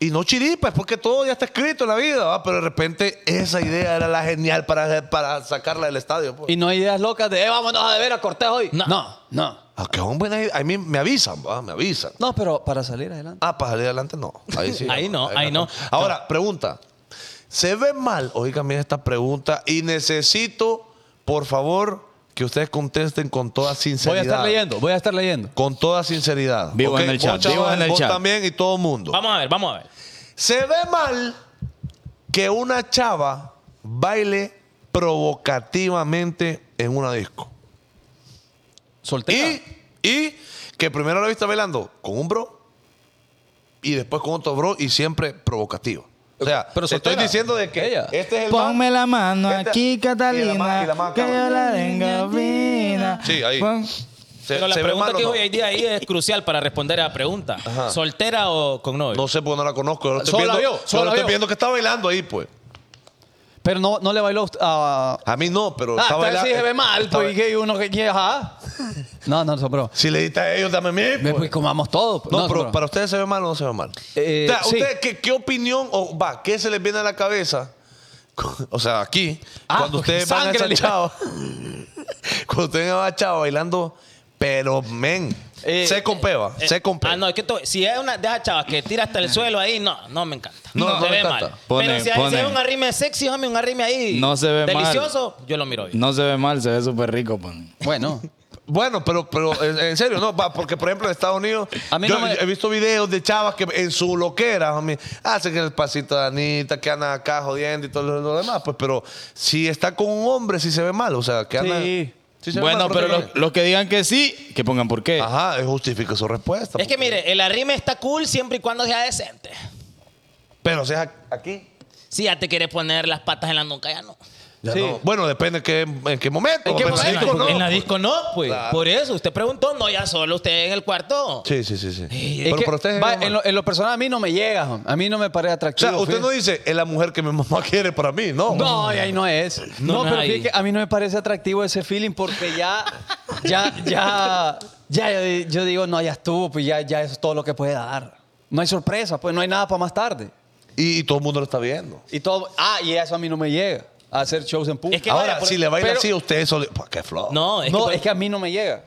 [SPEAKER 4] Y no chiripa, es porque todo ya está escrito en la vida, ¿va? pero de repente esa idea era la genial para, para sacarla del estadio. pues.
[SPEAKER 3] Y no hay ideas locas de, eh, vámonos a beber a cortar hoy.
[SPEAKER 2] No.
[SPEAKER 3] no. no.
[SPEAKER 4] Aunque son buenas ideas, a mí me avisan, ¿va? me avisan.
[SPEAKER 3] No, pero para salir adelante.
[SPEAKER 4] Ah, para salir adelante no. Ahí sí.
[SPEAKER 2] Ahí no, ahí no.
[SPEAKER 4] Ahora, pregunta. ¿Se ve mal? Oigan bien esta pregunta y necesito, por favor, que ustedes contesten con toda
[SPEAKER 3] Voy a
[SPEAKER 4] sinceridad.
[SPEAKER 3] estar leyendo, voy a estar leyendo.
[SPEAKER 4] Con toda sinceridad.
[SPEAKER 1] Vivo
[SPEAKER 4] ¿ok?
[SPEAKER 1] en el chat,
[SPEAKER 4] Vos, chaval,
[SPEAKER 1] vivo en el
[SPEAKER 4] vos
[SPEAKER 1] chat.
[SPEAKER 4] también y todo el mundo.
[SPEAKER 2] Vamos a ver, vamos a ver.
[SPEAKER 4] ¿Se ve mal que una chava baile provocativamente en una disco?
[SPEAKER 3] Soltera.
[SPEAKER 4] Y, y que primero la vista bailando con un bro y después con otro bro y siempre provocativo. O sea,
[SPEAKER 3] Pero
[SPEAKER 4] te estoy
[SPEAKER 3] soltera.
[SPEAKER 4] diciendo de que
[SPEAKER 3] Ella.
[SPEAKER 4] este es el
[SPEAKER 1] Ponme
[SPEAKER 4] man.
[SPEAKER 1] la mano
[SPEAKER 4] Este-
[SPEAKER 1] aquí,
[SPEAKER 4] y la ma-
[SPEAKER 1] Catalina,
[SPEAKER 4] y la ma-
[SPEAKER 1] que yo la tengo fina.
[SPEAKER 4] Sí, ahí.
[SPEAKER 1] Pon-
[SPEAKER 4] Se-
[SPEAKER 2] Pero la
[SPEAKER 4] se ve
[SPEAKER 2] pregunta
[SPEAKER 4] mal o
[SPEAKER 2] que
[SPEAKER 4] no?
[SPEAKER 2] hoy en día ahí es crucial para responder a la pregunta.
[SPEAKER 4] Ajá.
[SPEAKER 2] ¿Soltera o con novio?
[SPEAKER 4] No sé porque no la conozco. Yo lo estoy
[SPEAKER 3] Solo
[SPEAKER 4] viendo,
[SPEAKER 3] la vio,
[SPEAKER 4] yo lo
[SPEAKER 3] solo la
[SPEAKER 4] estoy
[SPEAKER 3] vio.
[SPEAKER 4] viendo que está bailando ahí, pues.
[SPEAKER 3] Pero no, no le bailó a.
[SPEAKER 4] A mí no, pero
[SPEAKER 3] Ah,
[SPEAKER 4] está
[SPEAKER 3] tal vez
[SPEAKER 4] bailando.
[SPEAKER 3] sí se ve mal,
[SPEAKER 4] está
[SPEAKER 3] pues, y
[SPEAKER 4] ba-
[SPEAKER 3] que hay uno que quiere, ajá. No, no, no, bro.
[SPEAKER 4] Si le diste a ellos, dame a mí.
[SPEAKER 3] Ve,
[SPEAKER 4] pues.
[SPEAKER 3] Pues comamos todo. pues.
[SPEAKER 4] No, pero
[SPEAKER 3] bro.
[SPEAKER 4] para ustedes se ve mal o no se ve mal.
[SPEAKER 3] Eh,
[SPEAKER 4] o sea,
[SPEAKER 3] sí.
[SPEAKER 4] ¿ustedes qué, qué opinión o va, qué se les viene a la cabeza? O sea, aquí,
[SPEAKER 3] Ah,
[SPEAKER 4] cuando
[SPEAKER 3] porque
[SPEAKER 4] ustedes van a
[SPEAKER 3] sangre
[SPEAKER 4] esa
[SPEAKER 3] le-
[SPEAKER 4] chava, cuando ustedes van a esa chava bailando, pero men,
[SPEAKER 3] Eh,
[SPEAKER 4] se con peba,
[SPEAKER 2] Eh,
[SPEAKER 4] se con peba.
[SPEAKER 2] Ah, no, es que to- si es una de esas chavas que tira hasta el suelo ahí, no, no me encanta.
[SPEAKER 4] No,
[SPEAKER 2] No,
[SPEAKER 4] no
[SPEAKER 2] se
[SPEAKER 4] me
[SPEAKER 2] ve
[SPEAKER 4] encanta.
[SPEAKER 2] mal.
[SPEAKER 1] Ponen,
[SPEAKER 2] Pero si, hay- si
[SPEAKER 1] ponen.
[SPEAKER 2] hay un arrime sexy, homie, un arrime ahí
[SPEAKER 1] No se ve mal.
[SPEAKER 2] delicioso, yo lo miro bien.
[SPEAKER 1] No se ve mal, se ve súper rico, pan.
[SPEAKER 3] Bueno.
[SPEAKER 4] Bueno, pero, pero en, en serio, no, va, porque por ejemplo en Estados Unidos,
[SPEAKER 3] A mí
[SPEAKER 4] yo
[SPEAKER 3] no me-
[SPEAKER 4] he visto videos de chavas que en su loquera, homie, hacen el pasito de Anita, que andan acá jodiendo y todo lo, lo demás, pues, pero si está con un hombre, sí se ve mal, o sea, que anda...
[SPEAKER 3] Sí.
[SPEAKER 4] sí se ve
[SPEAKER 1] bueno,
[SPEAKER 4] mal,
[SPEAKER 1] pero
[SPEAKER 4] porque-
[SPEAKER 1] los, los que digan que sí, que pongan por qué.
[SPEAKER 4] Ajá, él justifica su respuesta.
[SPEAKER 2] Es que mire, el arrime está cool siempre y cuando sea decente.
[SPEAKER 4] Pero si es ac- aquí.
[SPEAKER 2] Si ya te quieres poner las patas en la nuca, ya no.
[SPEAKER 4] ya
[SPEAKER 3] Sí.
[SPEAKER 4] no. Bueno, depende qué, en qué momento.
[SPEAKER 3] ¿En qué
[SPEAKER 4] pero
[SPEAKER 3] momento?
[SPEAKER 4] Pues sí, ¿cómo no?
[SPEAKER 2] en la disco no, pues.
[SPEAKER 4] Claro.
[SPEAKER 2] Por eso, usted preguntó, no, ya solo usted en el cuarto.
[SPEAKER 4] Sí, sí, sí. sí.
[SPEAKER 3] Es
[SPEAKER 4] pero
[SPEAKER 3] que,
[SPEAKER 4] para usted. es
[SPEAKER 3] va,
[SPEAKER 4] normal.
[SPEAKER 3] en, lo, en lo personal a mí no me llega, hom. a mí no me parece
[SPEAKER 4] o
[SPEAKER 3] atractivo.
[SPEAKER 4] sea, usted no
[SPEAKER 3] fíjate.
[SPEAKER 4] dice, es la mujer que mi mamá quiere para mí, no.
[SPEAKER 3] No, y ahí no es.
[SPEAKER 2] No,
[SPEAKER 3] No,
[SPEAKER 2] no
[SPEAKER 3] pero
[SPEAKER 2] hay.
[SPEAKER 3] fíjate que a mí no me parece atractivo ese feeling porque ya, ya, ya, ya, yo- yo digo, no, ya estuvo, pues ya, ya eso es todo lo que puede dar. No hay sorpresa, pues no hay nada para más tarde.
[SPEAKER 4] Y, y todo el mundo lo está viendo.
[SPEAKER 3] Y todo, ah, y eso a mí no me llega, a hacer shows en público.
[SPEAKER 2] Es que
[SPEAKER 4] Ahora,
[SPEAKER 2] vaya, por-
[SPEAKER 4] si le baila
[SPEAKER 3] pero-
[SPEAKER 4] así a usted, solo. Pa, ¡Qué flojo!
[SPEAKER 2] No, es
[SPEAKER 3] no,
[SPEAKER 2] que,
[SPEAKER 3] es que a mí no me llega.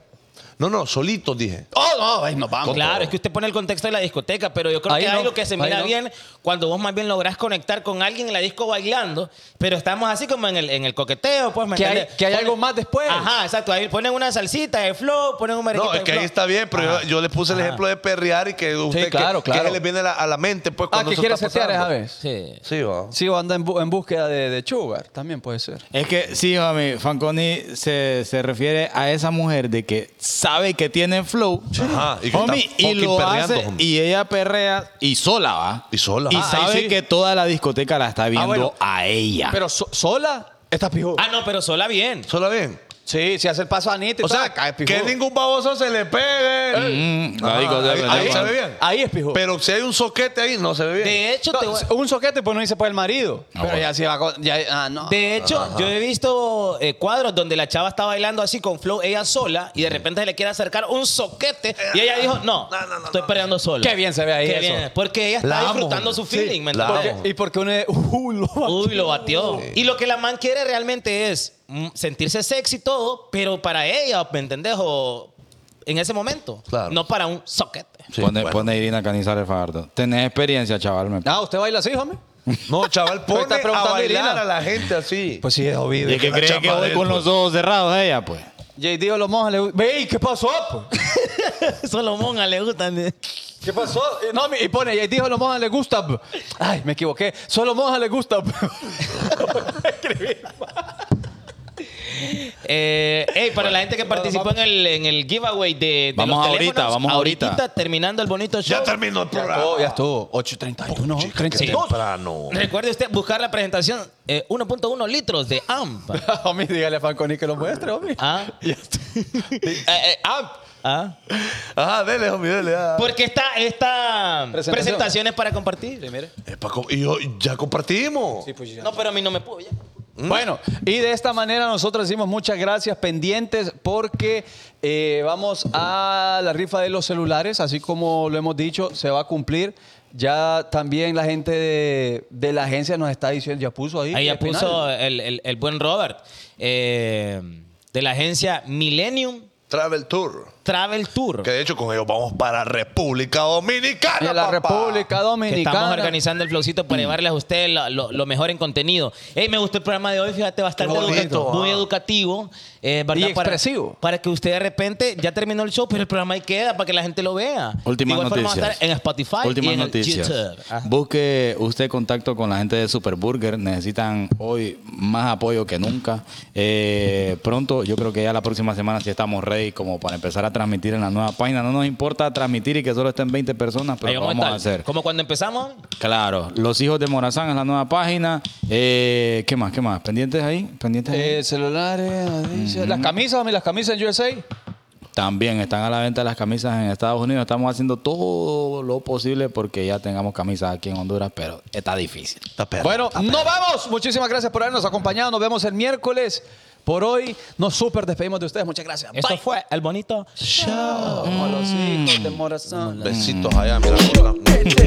[SPEAKER 4] no, no, solito dije.
[SPEAKER 3] Oh, no, ahí nos vamos.
[SPEAKER 2] Claro, es que usted pone el contexto de la discoteca, pero yo creo
[SPEAKER 3] Ahí
[SPEAKER 2] que
[SPEAKER 3] no,
[SPEAKER 2] algo que se
[SPEAKER 3] ahí
[SPEAKER 2] mira
[SPEAKER 3] no.
[SPEAKER 2] bien cuando vos más bien lográs conectar con alguien en la disco bailando, pero estamos así como en el, en el coqueteo, pues, ¿me
[SPEAKER 3] Que hay-
[SPEAKER 2] entendés?
[SPEAKER 3] que hay
[SPEAKER 2] Ponen-
[SPEAKER 3] algo más después.
[SPEAKER 2] Ajá, exacto. Ahí ponen una salsita de flow, ponen un mariquita
[SPEAKER 4] No, es
[SPEAKER 2] de
[SPEAKER 4] que ahí
[SPEAKER 2] flow.
[SPEAKER 4] está bien, pero yo, yo le puse el ejemplo de perrear y que usted. que-
[SPEAKER 3] Ah. claro,
[SPEAKER 4] que,
[SPEAKER 3] claro.
[SPEAKER 4] le viene a la, a la mente, pues,
[SPEAKER 3] Ah,
[SPEAKER 4] cuando
[SPEAKER 3] que
[SPEAKER 4] eso
[SPEAKER 3] quiere
[SPEAKER 4] está
[SPEAKER 3] setear esa
[SPEAKER 4] pasando.
[SPEAKER 3] vez.
[SPEAKER 2] Sí.
[SPEAKER 4] Sí, va.
[SPEAKER 3] Sí, o anda en, bu- en búsqueda de, de sugar, también puede ser.
[SPEAKER 1] Es que sí, mami, Fanconi se, se refiere a esa mujer de que sabe que tiene flow.
[SPEAKER 4] Ajá, y que está
[SPEAKER 1] y
[SPEAKER 4] fucking
[SPEAKER 1] lo
[SPEAKER 4] perreando,
[SPEAKER 1] hace
[SPEAKER 4] homie.
[SPEAKER 1] y ella perrea y sola va.
[SPEAKER 4] Y sola.
[SPEAKER 1] Y
[SPEAKER 4] Ah, ahí
[SPEAKER 1] sabe
[SPEAKER 4] sí.
[SPEAKER 1] que toda la discoteca la está viendo
[SPEAKER 3] bueno.
[SPEAKER 1] a ella.
[SPEAKER 3] Pero so- sola, está pijo.
[SPEAKER 2] Ah, no, pero sola bien.
[SPEAKER 4] ¿Sola bien?
[SPEAKER 3] Sí, si hace el paso a Anita y
[SPEAKER 4] O
[SPEAKER 3] todo,
[SPEAKER 4] sea,
[SPEAKER 3] cae eh, pijudo.
[SPEAKER 4] que ningún baboso se le pegue.
[SPEAKER 1] Mm,
[SPEAKER 4] Ajá,
[SPEAKER 1] la discoteca
[SPEAKER 4] ahí-
[SPEAKER 1] está
[SPEAKER 4] ahí se
[SPEAKER 1] guapa.
[SPEAKER 4] ve bien.
[SPEAKER 3] Ahí es pijo.
[SPEAKER 4] Pero si hay un soquete ahí, no se ve bien.
[SPEAKER 2] De hecho, te voy-
[SPEAKER 3] No, Un soquete, pues no dice pues el marido.
[SPEAKER 1] Ah,
[SPEAKER 3] pero
[SPEAKER 1] bueno.
[SPEAKER 3] ya se va con. Ya, ah, no.
[SPEAKER 2] De hecho, yo he visto eh, cuadros donde la chava está bailando así con flow ella sola y de repente se le quiere acercar un soquete y ella dijo, no, estoy peleando sola.
[SPEAKER 3] Qué bien se ve ahí
[SPEAKER 2] Qué
[SPEAKER 3] eso.
[SPEAKER 2] bien, Porque ella está
[SPEAKER 4] La amo,
[SPEAKER 2] disfrutando su
[SPEAKER 4] sí,
[SPEAKER 2] feeling, ¿me
[SPEAKER 4] la
[SPEAKER 2] entiendes?
[SPEAKER 4] amo.
[SPEAKER 3] y porque uno es. Uh, lo va-
[SPEAKER 2] Uy, lo batió. Y lo que la man quiere realmente es mm, sentirse sexy y todo, pero para ella, ¿me entendés? O en ese momento.
[SPEAKER 4] Claro.
[SPEAKER 2] No para un soquete.
[SPEAKER 4] Sí,
[SPEAKER 1] pone,
[SPEAKER 4] bueno.
[SPEAKER 1] pone Irina Canizales Fajardo. Tenés experiencia, chaval. me-
[SPEAKER 3] Ah, ¿usted baila así, hombre?
[SPEAKER 4] No, chaval,
[SPEAKER 3] Pero
[SPEAKER 4] pone
[SPEAKER 3] está
[SPEAKER 4] a
[SPEAKER 3] preguntando
[SPEAKER 4] bailar
[SPEAKER 3] Irina.
[SPEAKER 4] a la gente así.
[SPEAKER 3] Pues sí, es obvio.
[SPEAKER 1] ¿Y es que
[SPEAKER 4] la
[SPEAKER 1] cree
[SPEAKER 4] chapa
[SPEAKER 1] que voy
[SPEAKER 4] de
[SPEAKER 1] con
[SPEAKER 4] él,
[SPEAKER 1] los ojos cerrados ella, pues?
[SPEAKER 3] JD o los monjas le. Ve, ¿y ¿qué pasó? pues?
[SPEAKER 2] Solomón a le gustan. eh.
[SPEAKER 3] ¿Qué pasó? Y, no, mi- y pone, JD o los monjas le gusta. pues. Ay, me equivoqué. Solo monjas le gusta. pues.
[SPEAKER 2] Eh, ey, para la gente que participó en el, en el giveaway de, de
[SPEAKER 1] Vamos
[SPEAKER 2] los
[SPEAKER 1] ahorita,
[SPEAKER 2] teléfonos,
[SPEAKER 1] vamos ahorita.
[SPEAKER 2] terminando el bonito show.
[SPEAKER 4] Ya terminó el
[SPEAKER 3] ya
[SPEAKER 4] programa.
[SPEAKER 3] estuvo, Oh, ya estuvo. 8.31,
[SPEAKER 4] Chica, qué
[SPEAKER 3] 32.
[SPEAKER 4] temprano.
[SPEAKER 2] Recuerde usted buscar la presentación eh, 1.1 litros de AMP.
[SPEAKER 3] Homie, dígale a Fanconi que lo muestre, homie.
[SPEAKER 2] Ah.
[SPEAKER 3] Ya está. Eh, eh, ah,
[SPEAKER 2] ¿Ah?
[SPEAKER 4] Ah, dele, homie, dele. ah.
[SPEAKER 3] Pues,
[SPEAKER 2] Porque está esta
[SPEAKER 3] Presentación.
[SPEAKER 2] presentaciones para compartir. mire.
[SPEAKER 4] Es pa' com- Eh, y yo- ya compartimos.
[SPEAKER 2] No, pero a mí no me pudo ya.
[SPEAKER 3] pues,
[SPEAKER 4] Mm.
[SPEAKER 3] Bueno, y de esta manera nosotros decimos muchas gracias pendientes porque eh, vamos a la rifa de los celulares, así como lo hemos dicho, se va a cumplir. Ya también la gente de, de la agencia nos está diciendo, ya puso ahí.
[SPEAKER 2] Ahí
[SPEAKER 3] el
[SPEAKER 2] ya
[SPEAKER 3] penal.
[SPEAKER 2] puso el, el- el buen Robert eh, de la agencia Millennium
[SPEAKER 4] Travel Tour.
[SPEAKER 2] Travel Tour.
[SPEAKER 4] Que de hecho con ellos vamos para República Dominicana.
[SPEAKER 3] De la
[SPEAKER 4] papá.
[SPEAKER 3] República
[SPEAKER 2] que
[SPEAKER 3] Dominicana.
[SPEAKER 2] estamos organizando el flowcito para llevarles a ustedes lo, lo- lo mejor en contenido. Ey, me gustó el programa de hoy, fíjate, bastante
[SPEAKER 4] Qué bonito,
[SPEAKER 2] educativo, muy
[SPEAKER 4] ah.
[SPEAKER 2] educativo. eh, ¿verdad?
[SPEAKER 3] Y
[SPEAKER 2] Para-
[SPEAKER 3] expresivo.
[SPEAKER 2] Para, que usted de repente ya terminó el show, pero el programa ahí queda para que la gente lo vea.
[SPEAKER 1] Últimas
[SPEAKER 2] De igual forma va a
[SPEAKER 1] noticias.
[SPEAKER 2] estar en Spotify y
[SPEAKER 1] Últimas
[SPEAKER 2] en el
[SPEAKER 1] noticias.
[SPEAKER 2] YouTube. Ajá.
[SPEAKER 1] Busque usted contacto con la gente de Superburger. Necesitan hoy más apoyo que nunca. Eh, pronto, yo creo que ya la próxima semana sí estamos ready como para empezar a transmitir en la nueva página. No nos importa transmitir y que solo estén 20 personas, pero
[SPEAKER 2] Ahí
[SPEAKER 1] lo
[SPEAKER 2] vamos a
[SPEAKER 1] vamos a
[SPEAKER 2] estar.
[SPEAKER 1] hacer.
[SPEAKER 2] Como cuando empezamos,
[SPEAKER 1] Claro, Los Hijos de Morazán es la nueva página. Eh, ¿Qué más? ¿Qué más? ¿Pendientes ahí? ¿Pendientes ahí?
[SPEAKER 3] Eh, celulares, noticias. las camisas, homie, las camisas en USA.
[SPEAKER 1] También están a la venta las camisas en Estados Unidos. Estamos haciendo todo lo posible porque ya tengamos camisas aquí en Honduras, pero está difícil.
[SPEAKER 4] Está perro.
[SPEAKER 3] Bueno, nos vamos. Muchísimas gracias por habernos acompañado. Nos vemos el miércoles. Por hoy nos súper despedimos de ustedes. Muchas gracias.
[SPEAKER 2] Esto
[SPEAKER 3] Bye.
[SPEAKER 2] fue el Mm. bonito
[SPEAKER 3] Chao. Como los hijos de Morazán.
[SPEAKER 4] Besitos allá, mira.